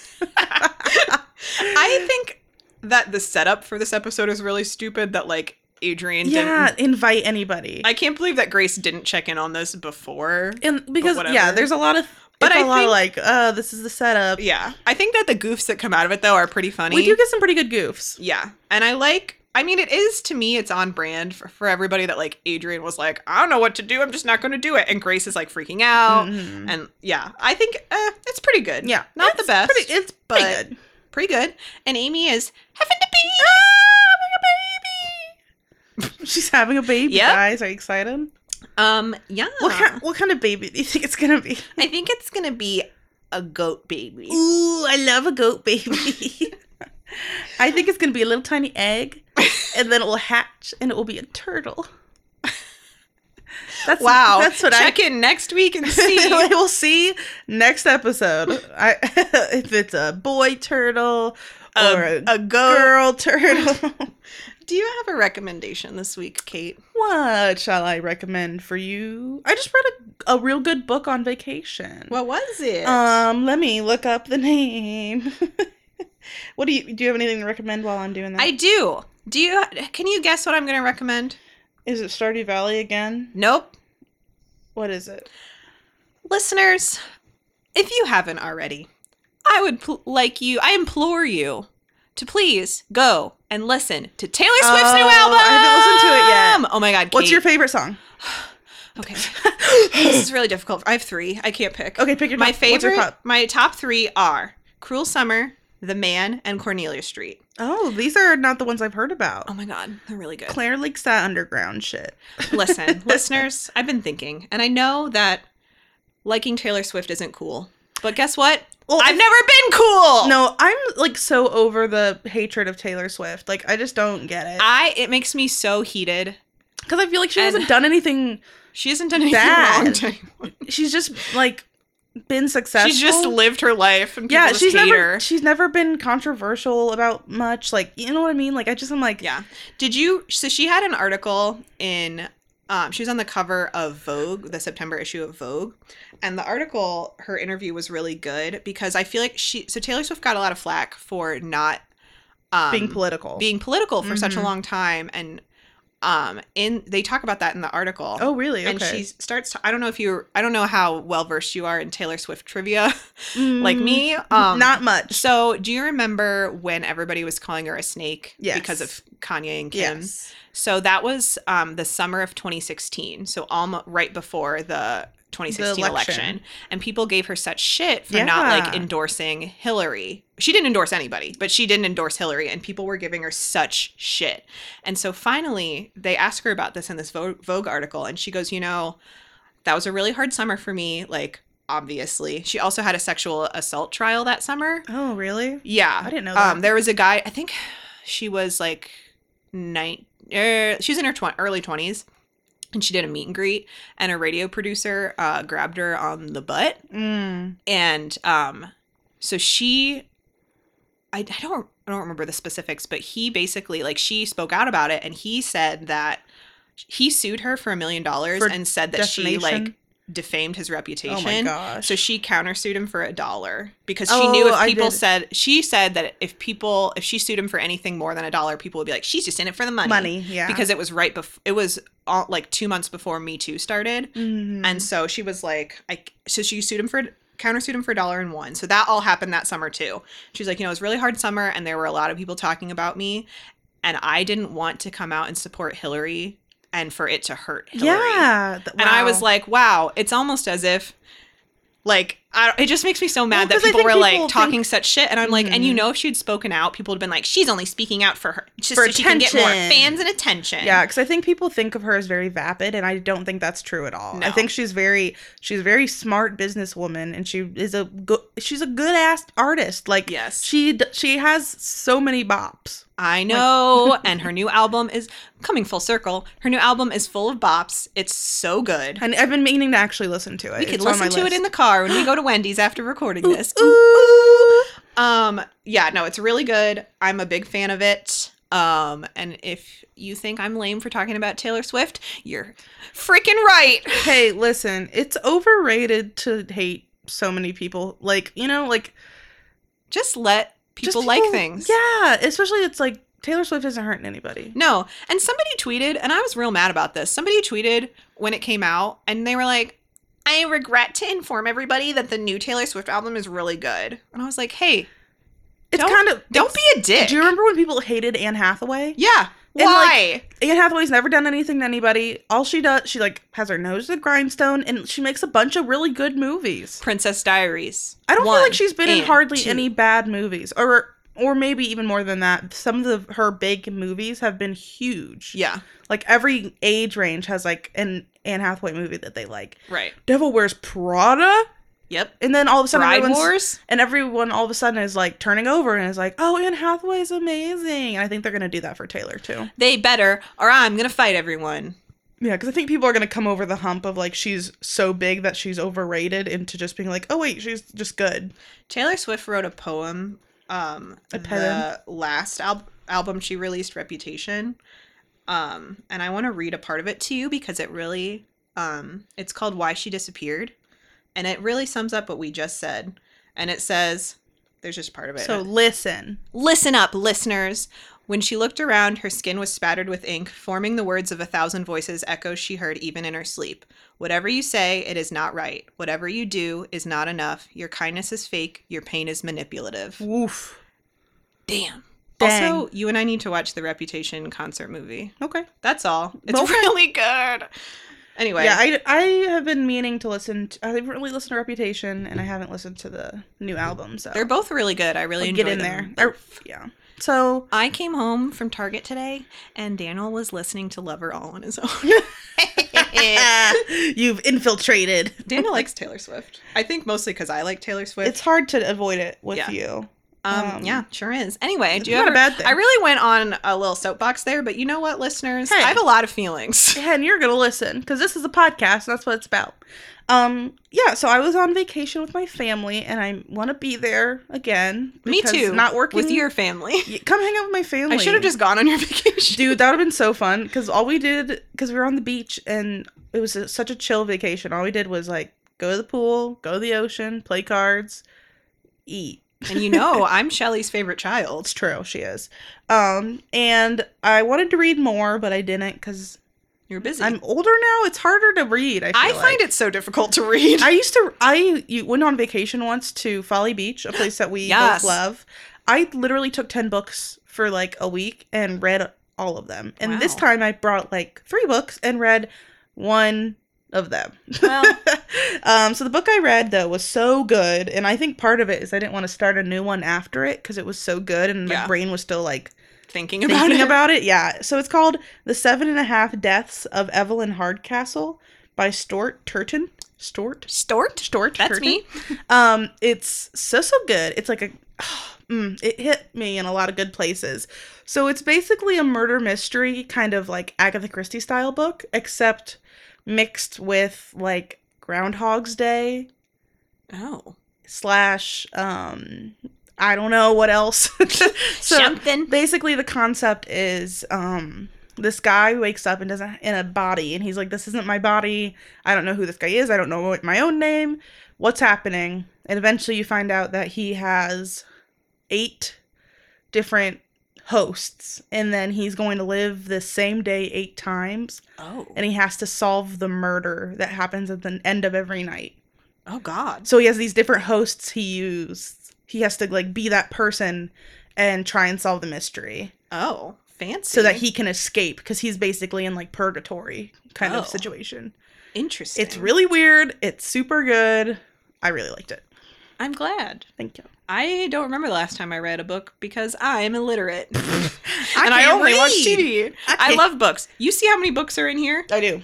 S1: I think that the setup for this episode is really stupid that like Adrian
S3: yeah,
S1: didn't
S3: invite anybody.
S1: I can't believe that Grace didn't check in on this before.
S3: and because yeah,
S1: whatever.
S3: there's a lot of
S1: But
S3: but
S1: I
S3: a lot of
S1: think-
S3: like, uh, this is the setup.
S1: Yeah. I think that the goofs that come out of it though are pretty funny.
S3: We do get some pretty good goofs.
S1: Yeah. And I like, I mean, it is to me, it's on brand for, for everybody that like Adrian was like, I don't know what to do. I'm just not going to do it. And Grace is like freaking out.
S3: Mhm.
S1: And yeah, I think uh, it's pretty good.
S3: yeah,
S1: Not the
S3: It's
S1: best,
S3: Pretty, it's
S1: but-
S3: pretty good.
S1: Pretty good. And Amy is having to be.
S3: She's having a baby.
S1: Yep.
S3: Guys, are you excited? Ah,
S1: Um, yeah.
S3: What kind, what kind of baby do you think it's gonna be?
S1: I think it's going to be a goat baby.
S3: Ooh, I love a goat baby. I think it's gonna be a little tiny egg, and then it will hatch, and it will be a turtle. That's
S1: Wow.
S3: That's what I
S1: Check in next week and see.
S3: we'll see next episode. I, if it's a boy turtle or Um, a,
S1: a, a goat.
S3: girl turtle.
S1: Do you have a recommendation this week, Kate?
S3: what shall I recommend for you? I just read a real good book on vacation.
S1: What was it?
S3: um, let me look up the name. what do you do? You have anything to recommend while I'm doing that?
S1: I do. Do you? Can you guess what I'm going to recommend?
S3: Is it Stardew Valley again?
S1: Nope.
S3: What is it?
S1: Listeners, if you haven't already, I would pl- like you. I implore you to please go and listen to Taylor Swift's new
S3: Oh, I
S1: album.
S3: haven't listened to it yet.
S1: Oh my God!
S3: What's
S1: Kate.
S3: your favorite song?
S1: Okay, this is really difficult. I have three. I can't pick.
S3: Okay, pick your
S1: my
S3: top- what's your
S1: favorite.
S3: top?
S1: My top three are "Cruel Summer," "The Man," and "Cornelia Street."
S3: Oh, these are not the ones I've heard about.
S1: Oh my God, they're really good.
S3: Claire likes that underground shit.
S1: Listen, listeners, I've been thinking, and I know that liking Taylor Swift isn't cool, but guess what?
S3: Well,
S1: I've never been cool.
S3: No, I'm like so over the hatred of Taylor Swift. Like I just don't get it.
S1: I it makes me so heated.
S3: Because I feel like she
S1: And-
S3: hasn't done anything.
S1: She hasn't done anything
S3: Bad.
S1: wrong. To anyone.
S3: She's just like been successful.
S1: She's just lived her life, and people
S3: yeah.
S1: just
S3: She's
S1: hate
S3: never
S1: her.
S3: she's never been controversial about much. Like you know what I mean. Like I just am like
S1: Yeah. Did you? So she had an article in. Um, she was on the cover of Vogue, the September issue of Vogue, and the article, her interview was really good because I feel like she. So Taylor Swift got a lot of flack for not um,
S3: being political.
S1: being political for such a
S3: Mhm.
S1: long time, and um, in they talk about that in the article.
S3: oh really? Okay.
S1: And she starts. I don't know if you. I don't know how well versed you are in Taylor Swift trivia, like
S3: Mm,
S1: me. Um,
S3: not much.
S1: So, do you remember when everybody was calling her a snake
S3: Yes.
S1: because of Kanye and Kim?
S3: yes.
S1: So that was um, the summer of 2016. So almost right before the 2016
S3: The
S1: election.
S3: election.
S1: and people gave her such shit for not like
S3: Yeah.
S1: endorsing Hillary. She didn't endorse anybody, but she didn't endorse Hillary, and people were giving her such shit. And so finally, they asked her about this in this Vogue, Vogue article, and she goes, "You know, that was a really hard summer for me. Like, obviously, she also had a sexual assault trial that summer.
S3: Oh really?
S1: Yeah.
S3: I didn't know
S1: Um,
S3: that.
S1: there was a guy. I think she was like nine. Er, she was in her tw- early twenties, and she did a meet and greet. And a radio producer uh, grabbed her on the butt,
S3: Mm.
S1: and um, so she. I, I don't I don't remember the specifics, but he basically like she spoke out about it, and he said that he sued her for a million dollars
S3: For
S1: and said that she like
S3: Defamation?
S1: defamed his reputation.
S3: Oh my gosh.
S1: So she countersued him for a dollar because she
S3: Oh,
S1: knew if
S3: I
S1: people
S3: did-
S1: said she said that if people if she sued him for anything more than a dollar, people would be like, she's just in it for the money.
S3: money. Yeah.
S1: Because it was right before it was all, like two months before Me Too started,
S3: Mhm.
S1: and so she was like, I so she sued him for countersued him for a dollar and one. So that all happened that summer too. She's like, you know, it was a really hard summer, and there were a lot of people talking about me, and I didn't want to come out and support Hillary, and for it to hurt Hillary.
S3: yeah. th-
S1: And I was
S3: wow.
S1: like, wow, it's almost as if, like, I, it just makes me so mad
S3: Well, 'cause
S1: that
S3: I
S1: people were
S3: think
S1: like
S3: people
S1: talking such shit. And I'm like, and you
S3: Mhm.
S1: know, if she'd spoken out, people would have been like, she's only speaking out for her, just
S3: For
S1: so she can get more
S3: attention.
S1: fans and attention.
S3: Yeah, because I think people think of her as very vapid, and I don't think that's true at all. I
S1: No.
S3: think she's very she's a very smart businesswoman, and she is a good she's a good ass artist. Like
S1: Yes.
S3: she d- she has so many bops.
S1: I know. and her new album is coming full circle. Her new album is full of bops. It's so good.
S3: And I've been meaning to actually listen to it.
S1: We could listen to it in the car when we go to Wendy's after recording this.
S3: Ooh.
S1: Um, yeah, no, it's really good. I'm a big fan of it. Um, and if you think I'm lame for talking about Taylor Swift, you're freaking right.
S3: Hey, listen, it's overrated to hate so many people. Like you know, like
S1: Just let
S3: just
S1: people, like things.
S3: Yeah, especially it's like Taylor Swift isn't hurting anybody.
S1: No, and somebody tweeted, and I was real mad about this. Somebody tweeted when it came out, and they were like, I regret to inform everybody that the new Taylor Swift album is really good. And I was like, hey,
S3: It's
S1: Don't-
S3: kind of
S1: don't be a dick.
S3: Do you remember when people hated Anne Hathaway?
S1: Yeah.
S3: And, like,
S1: Why?
S3: Anne Hathaway's never done anything to anybody. All she does, she like has her nose to the grindstone, and she makes a bunch of really good movies.
S1: Princess Diaries.
S3: I don't
S1: One
S3: feel like she's been in
S1: and
S3: hardly
S1: two.
S3: any bad movies, or or maybe even more than that. Some of the, her big movies have been huge.
S1: Yeah,
S3: like every age range has like an Anne Hathaway movie that they like.
S1: right.
S3: Devil Wears Prada,
S1: Yep.
S3: and then all of a sudden
S1: Bride
S3: everyone's
S1: Wars?
S3: and everyone all of a sudden is like turning over and is like, oh, Anne Hathaway is amazing. And I think they're gonna do that for Taylor too.
S1: they better or I'm gonna fight everyone.
S3: Yeah, because I think people are going to come over the hump of like she's so big that she's overrated into just being like, oh, wait, she's just good.
S1: Taylor Swift wrote a poem, um,
S3: A poem.
S1: the last al- album she released, Reputation, um, and I want to read a part of it to you because it really Um, it's called Why She Disappeared, and it really sums up what we just said. And it says, "There's just part of it."
S3: So listen.
S1: Listen up, listeners. When she looked around, her skin was spattered with ink, forming the words of a thousand voices, echoes she heard even in her sleep. Whatever you say, it is not right. Whatever you do is not enough. Your kindness is fake. Your pain is manipulative.
S3: Woof.
S1: Damn.
S3: Dang.
S1: Also, you and I need to watch the Reputation concert movie.
S3: Okay.
S1: That's all. It's
S3: Okay.
S1: really good. Anyway,
S3: Yeah, I, I have been meaning to listen. To, I haven't really listened to Reputation, and I haven't listened to the new album. So
S1: they're both really good. I really
S3: I'll
S1: enjoy
S3: get in
S1: them
S3: there. I-
S1: both.
S3: yeah. So
S1: I came home from Target today, and Daniel was listening to Lover all on his own.
S3: Ah!
S1: Eh.
S3: you've infiltrated.
S1: Daniel likes Taylor Swift. I think mostly because I like Taylor Swift.
S3: It's hard to avoid it with
S1: Yeah.
S3: you.
S1: um,
S3: um,
S1: yeah, sure is. Anyway,
S3: It's
S1: do you
S3: not
S1: ever,
S3: a bad thing.
S1: I really went on a little soapbox there, but you know what, listeners?
S3: Hey.
S1: I have a lot of feelings.
S3: and you're gonna listen because this is a podcast. And that's what it's about. Um, yeah. So I was on vacation with my family, and I want to be there again.
S1: Me
S3: because
S1: too.
S3: Not working
S1: with your family.
S3: Y- Come hang out with my family.
S1: I should have just gone on your vacation.
S3: Dude, that would have been so fun because all we did, because we were on the beach and it was a, such a chill vacation. All we did was like go to the pool, go to the ocean, play cards, eat.
S1: and you know, I'm Shelly's favorite child.
S3: It's true, she is. Um, and I wanted to read more, but I didn't because
S1: You're busy.
S3: I'm older now. It's harder to read. I, feel
S1: I find it so difficult to read.
S3: I used to. I you went on vacation once to Folly Beach, a place that we
S1: Yes.
S3: both love. I literally took ten books for like a week and read all of them. And this
S1: Wow.
S3: time, I brought like three books and read one of them.
S1: well,
S3: um, so the book I read though was so good, and I think part of it is I didn't want to start a new one after it because it was so good, and my
S1: Yeah.
S3: brain was still like
S1: thinking about
S3: thinking
S1: it.
S3: about it. Yeah. So it's called The Seven and a Half Deaths of Evelyn Hardcastle by Stort Turton. Stort.
S1: Stort?
S3: Stort.
S1: That's
S3: Turton.
S1: me.
S3: Um, it's so so good. It's like a, mm, it hit me in a lot of good places. So it's basically a murder mystery kind of like Agatha Christie style book, except mixed with like Groundhog's Day
S1: Oh.
S3: slash um I don't know what else. so
S1: Something.
S3: basically the concept is um this guy wakes up and doesn't in a body and he's like this isn't my body i don't know who this guy is i don't know what my own name what's happening and eventually you find out that he has eight different hosts and then he's going to live the same day eight times
S1: Oh.
S3: and he has to solve the murder that happens at the end of every night
S1: Oh, God.
S3: so he has these different hosts he uses he has to like be that person and try and solve the mystery
S1: Oh, fancy.
S3: so that he can escape because he's basically in like purgatory kind
S1: Oh.
S3: of situation.
S1: Interesting.
S3: It's really weird. It's super good. I really liked it.
S1: I'm glad.
S3: Thank you.
S1: I don't remember the last time I read a book because I'm illiterate.
S3: I
S1: and I
S3: can't
S1: only watch
S3: read.
S1: TV. I
S3: can't-
S1: love books. You see how many books are in here?
S3: I do.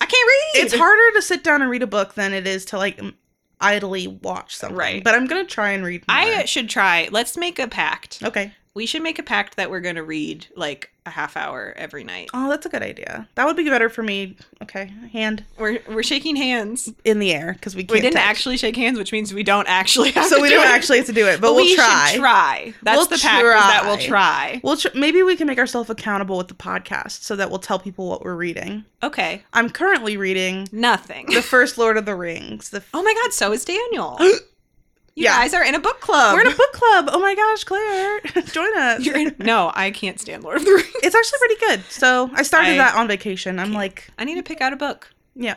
S1: I can't read.
S3: It's harder to sit down and read a book than it is to like m- idly watch something.
S1: Right.
S3: But I'm gonna try and read. More.
S1: I should try. Let's make a pact.
S3: okay.
S1: We should make a pact that we're going to read like a half hour every night.
S3: Oh, that's a good idea. That would be better for me. Okay, hand
S1: We're we're shaking hands.
S3: in the air because we can't
S1: we didn't
S3: touch.
S1: actually shake hands, which means we don't actually have
S3: So
S1: to
S3: we
S1: do
S3: don't
S1: it.
S3: actually have to do it, but, we'll
S1: we
S3: try.
S1: Should try. That's
S3: We'll
S1: the pact is that we'll
S3: try.
S1: try.
S3: We'll tr- maybe we can make ourselves accountable with the podcast so that we'll tell people what we're reading.
S1: Okay.
S3: I'm currently reading
S1: Nothing.
S3: the first Lord of the Rings. The
S1: Oh my god, so is Daniel. You
S3: Yeah.
S1: guys are in a book club.
S3: we're in a book club. Oh my gosh, Claire, join us.
S1: You're in- no, I can't stand Lord of the Rings.
S3: It's actually pretty good. So I started
S1: I
S3: that on vacation. I'm like,
S1: I need to pick out a book.
S3: yeah.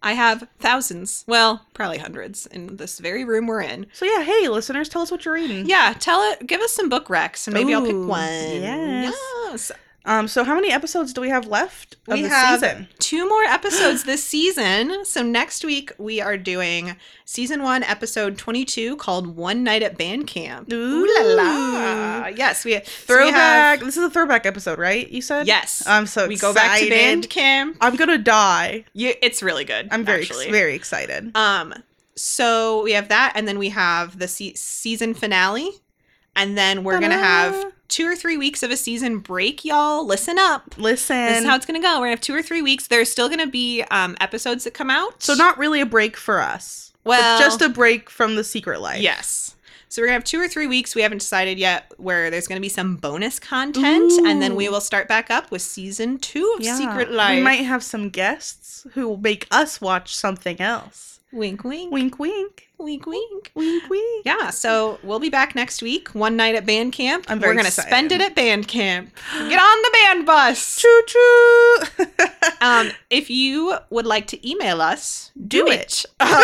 S1: I have thousands, well, probably hundreds in this very room we're in.
S3: So yeah, hey listeners, tell us what you're reading.
S1: Yeah, tell it. Give us some book recs, and maybe I'll pick
S3: Ooh,
S1: one.
S3: yes.
S1: Yes.
S3: Um. So how many episodes do we have left of
S1: We
S3: the
S1: have-
S3: season?
S1: Two more episodes this season. So next week we are doing season one, episode twenty-two, called "One Night at Band Camp." Yes, we so we have-
S3: Throwback. this is a throwback episode, right? You said.
S1: yes,
S3: I'm so
S1: we
S3: excited.
S1: go back to band camp.
S3: I'm gonna die.
S1: You, it's really good.
S3: I'm very ex-
S1: actually.
S3: very excited.
S1: Um, so we have that, and then we have the se- season finale, and then we're gonna have
S3: Ta-da.
S1: two or three weeks of a season break, y'all. Listen up.
S3: Listen.
S1: this is how it's gonna go. We're gonna have two or three weeks. There's still gonna be um episodes that come out.
S3: so not really a break for us. but
S1: well,
S3: just a break from the secret life.
S1: yes. So we're gonna have two or three weeks. We haven't decided yet where there's gonna be some bonus content, and then we
S3: Ooh.
S1: will start back up with season two of
S3: Yeah.
S1: Secret Life.
S3: We might have some guests who will make us watch something else.
S1: Wink, wink, wink,
S3: Wink, wink,
S1: wink,
S3: wink, wink.
S1: Yeah, so we'll be back next week, one night at band camp.
S3: I'm very
S1: We're gonna
S3: excited.
S1: spend it at band camp. Get on the band bus.
S3: Choo choo.
S1: Um, if you would like to email us, do,
S3: Do
S1: it. Um,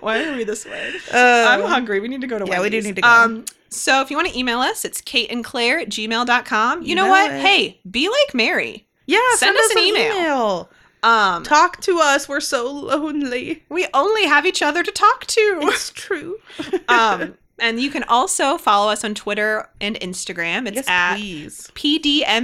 S1: why are we this way? I'm
S3: Um,
S1: hungry. Um, We need to go to
S3: yeah, we do
S1: Wendy's.
S3: need to go.
S1: Um, so if you want to email us, it's Kate and Claire at gmail.com. You,
S3: You
S1: know,
S3: know
S1: what?
S3: it.
S1: Hey, be like Mary.
S3: Yeah,
S1: Send
S3: send,
S1: us
S3: us,
S1: an
S3: an,
S1: email.
S3: email.
S1: Um,
S3: Talk to us. We're so lonely.
S1: we only have each other to talk to.
S3: It's true.
S1: um, and you can also follow us on Twitter and Instagram. It's
S3: yes,
S1: at
S3: please.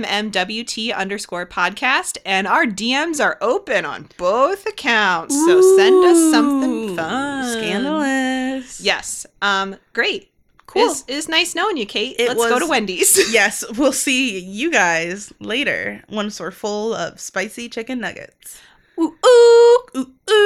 S1: PDMMWT underscore podcast, and our DMs are open on both accounts. So send us something
S3: Ooh,
S1: fun.
S3: Scandalous.
S1: Yes. Um, great.
S3: Cool.
S1: It's, it's nice knowing you, Kate.
S3: It
S1: Let's go
S3: was-
S1: to Wendy's.
S3: yes, we'll see you guys later once we're full of spicy chicken nuggets.
S1: ooh, ooh, ooh, ooh.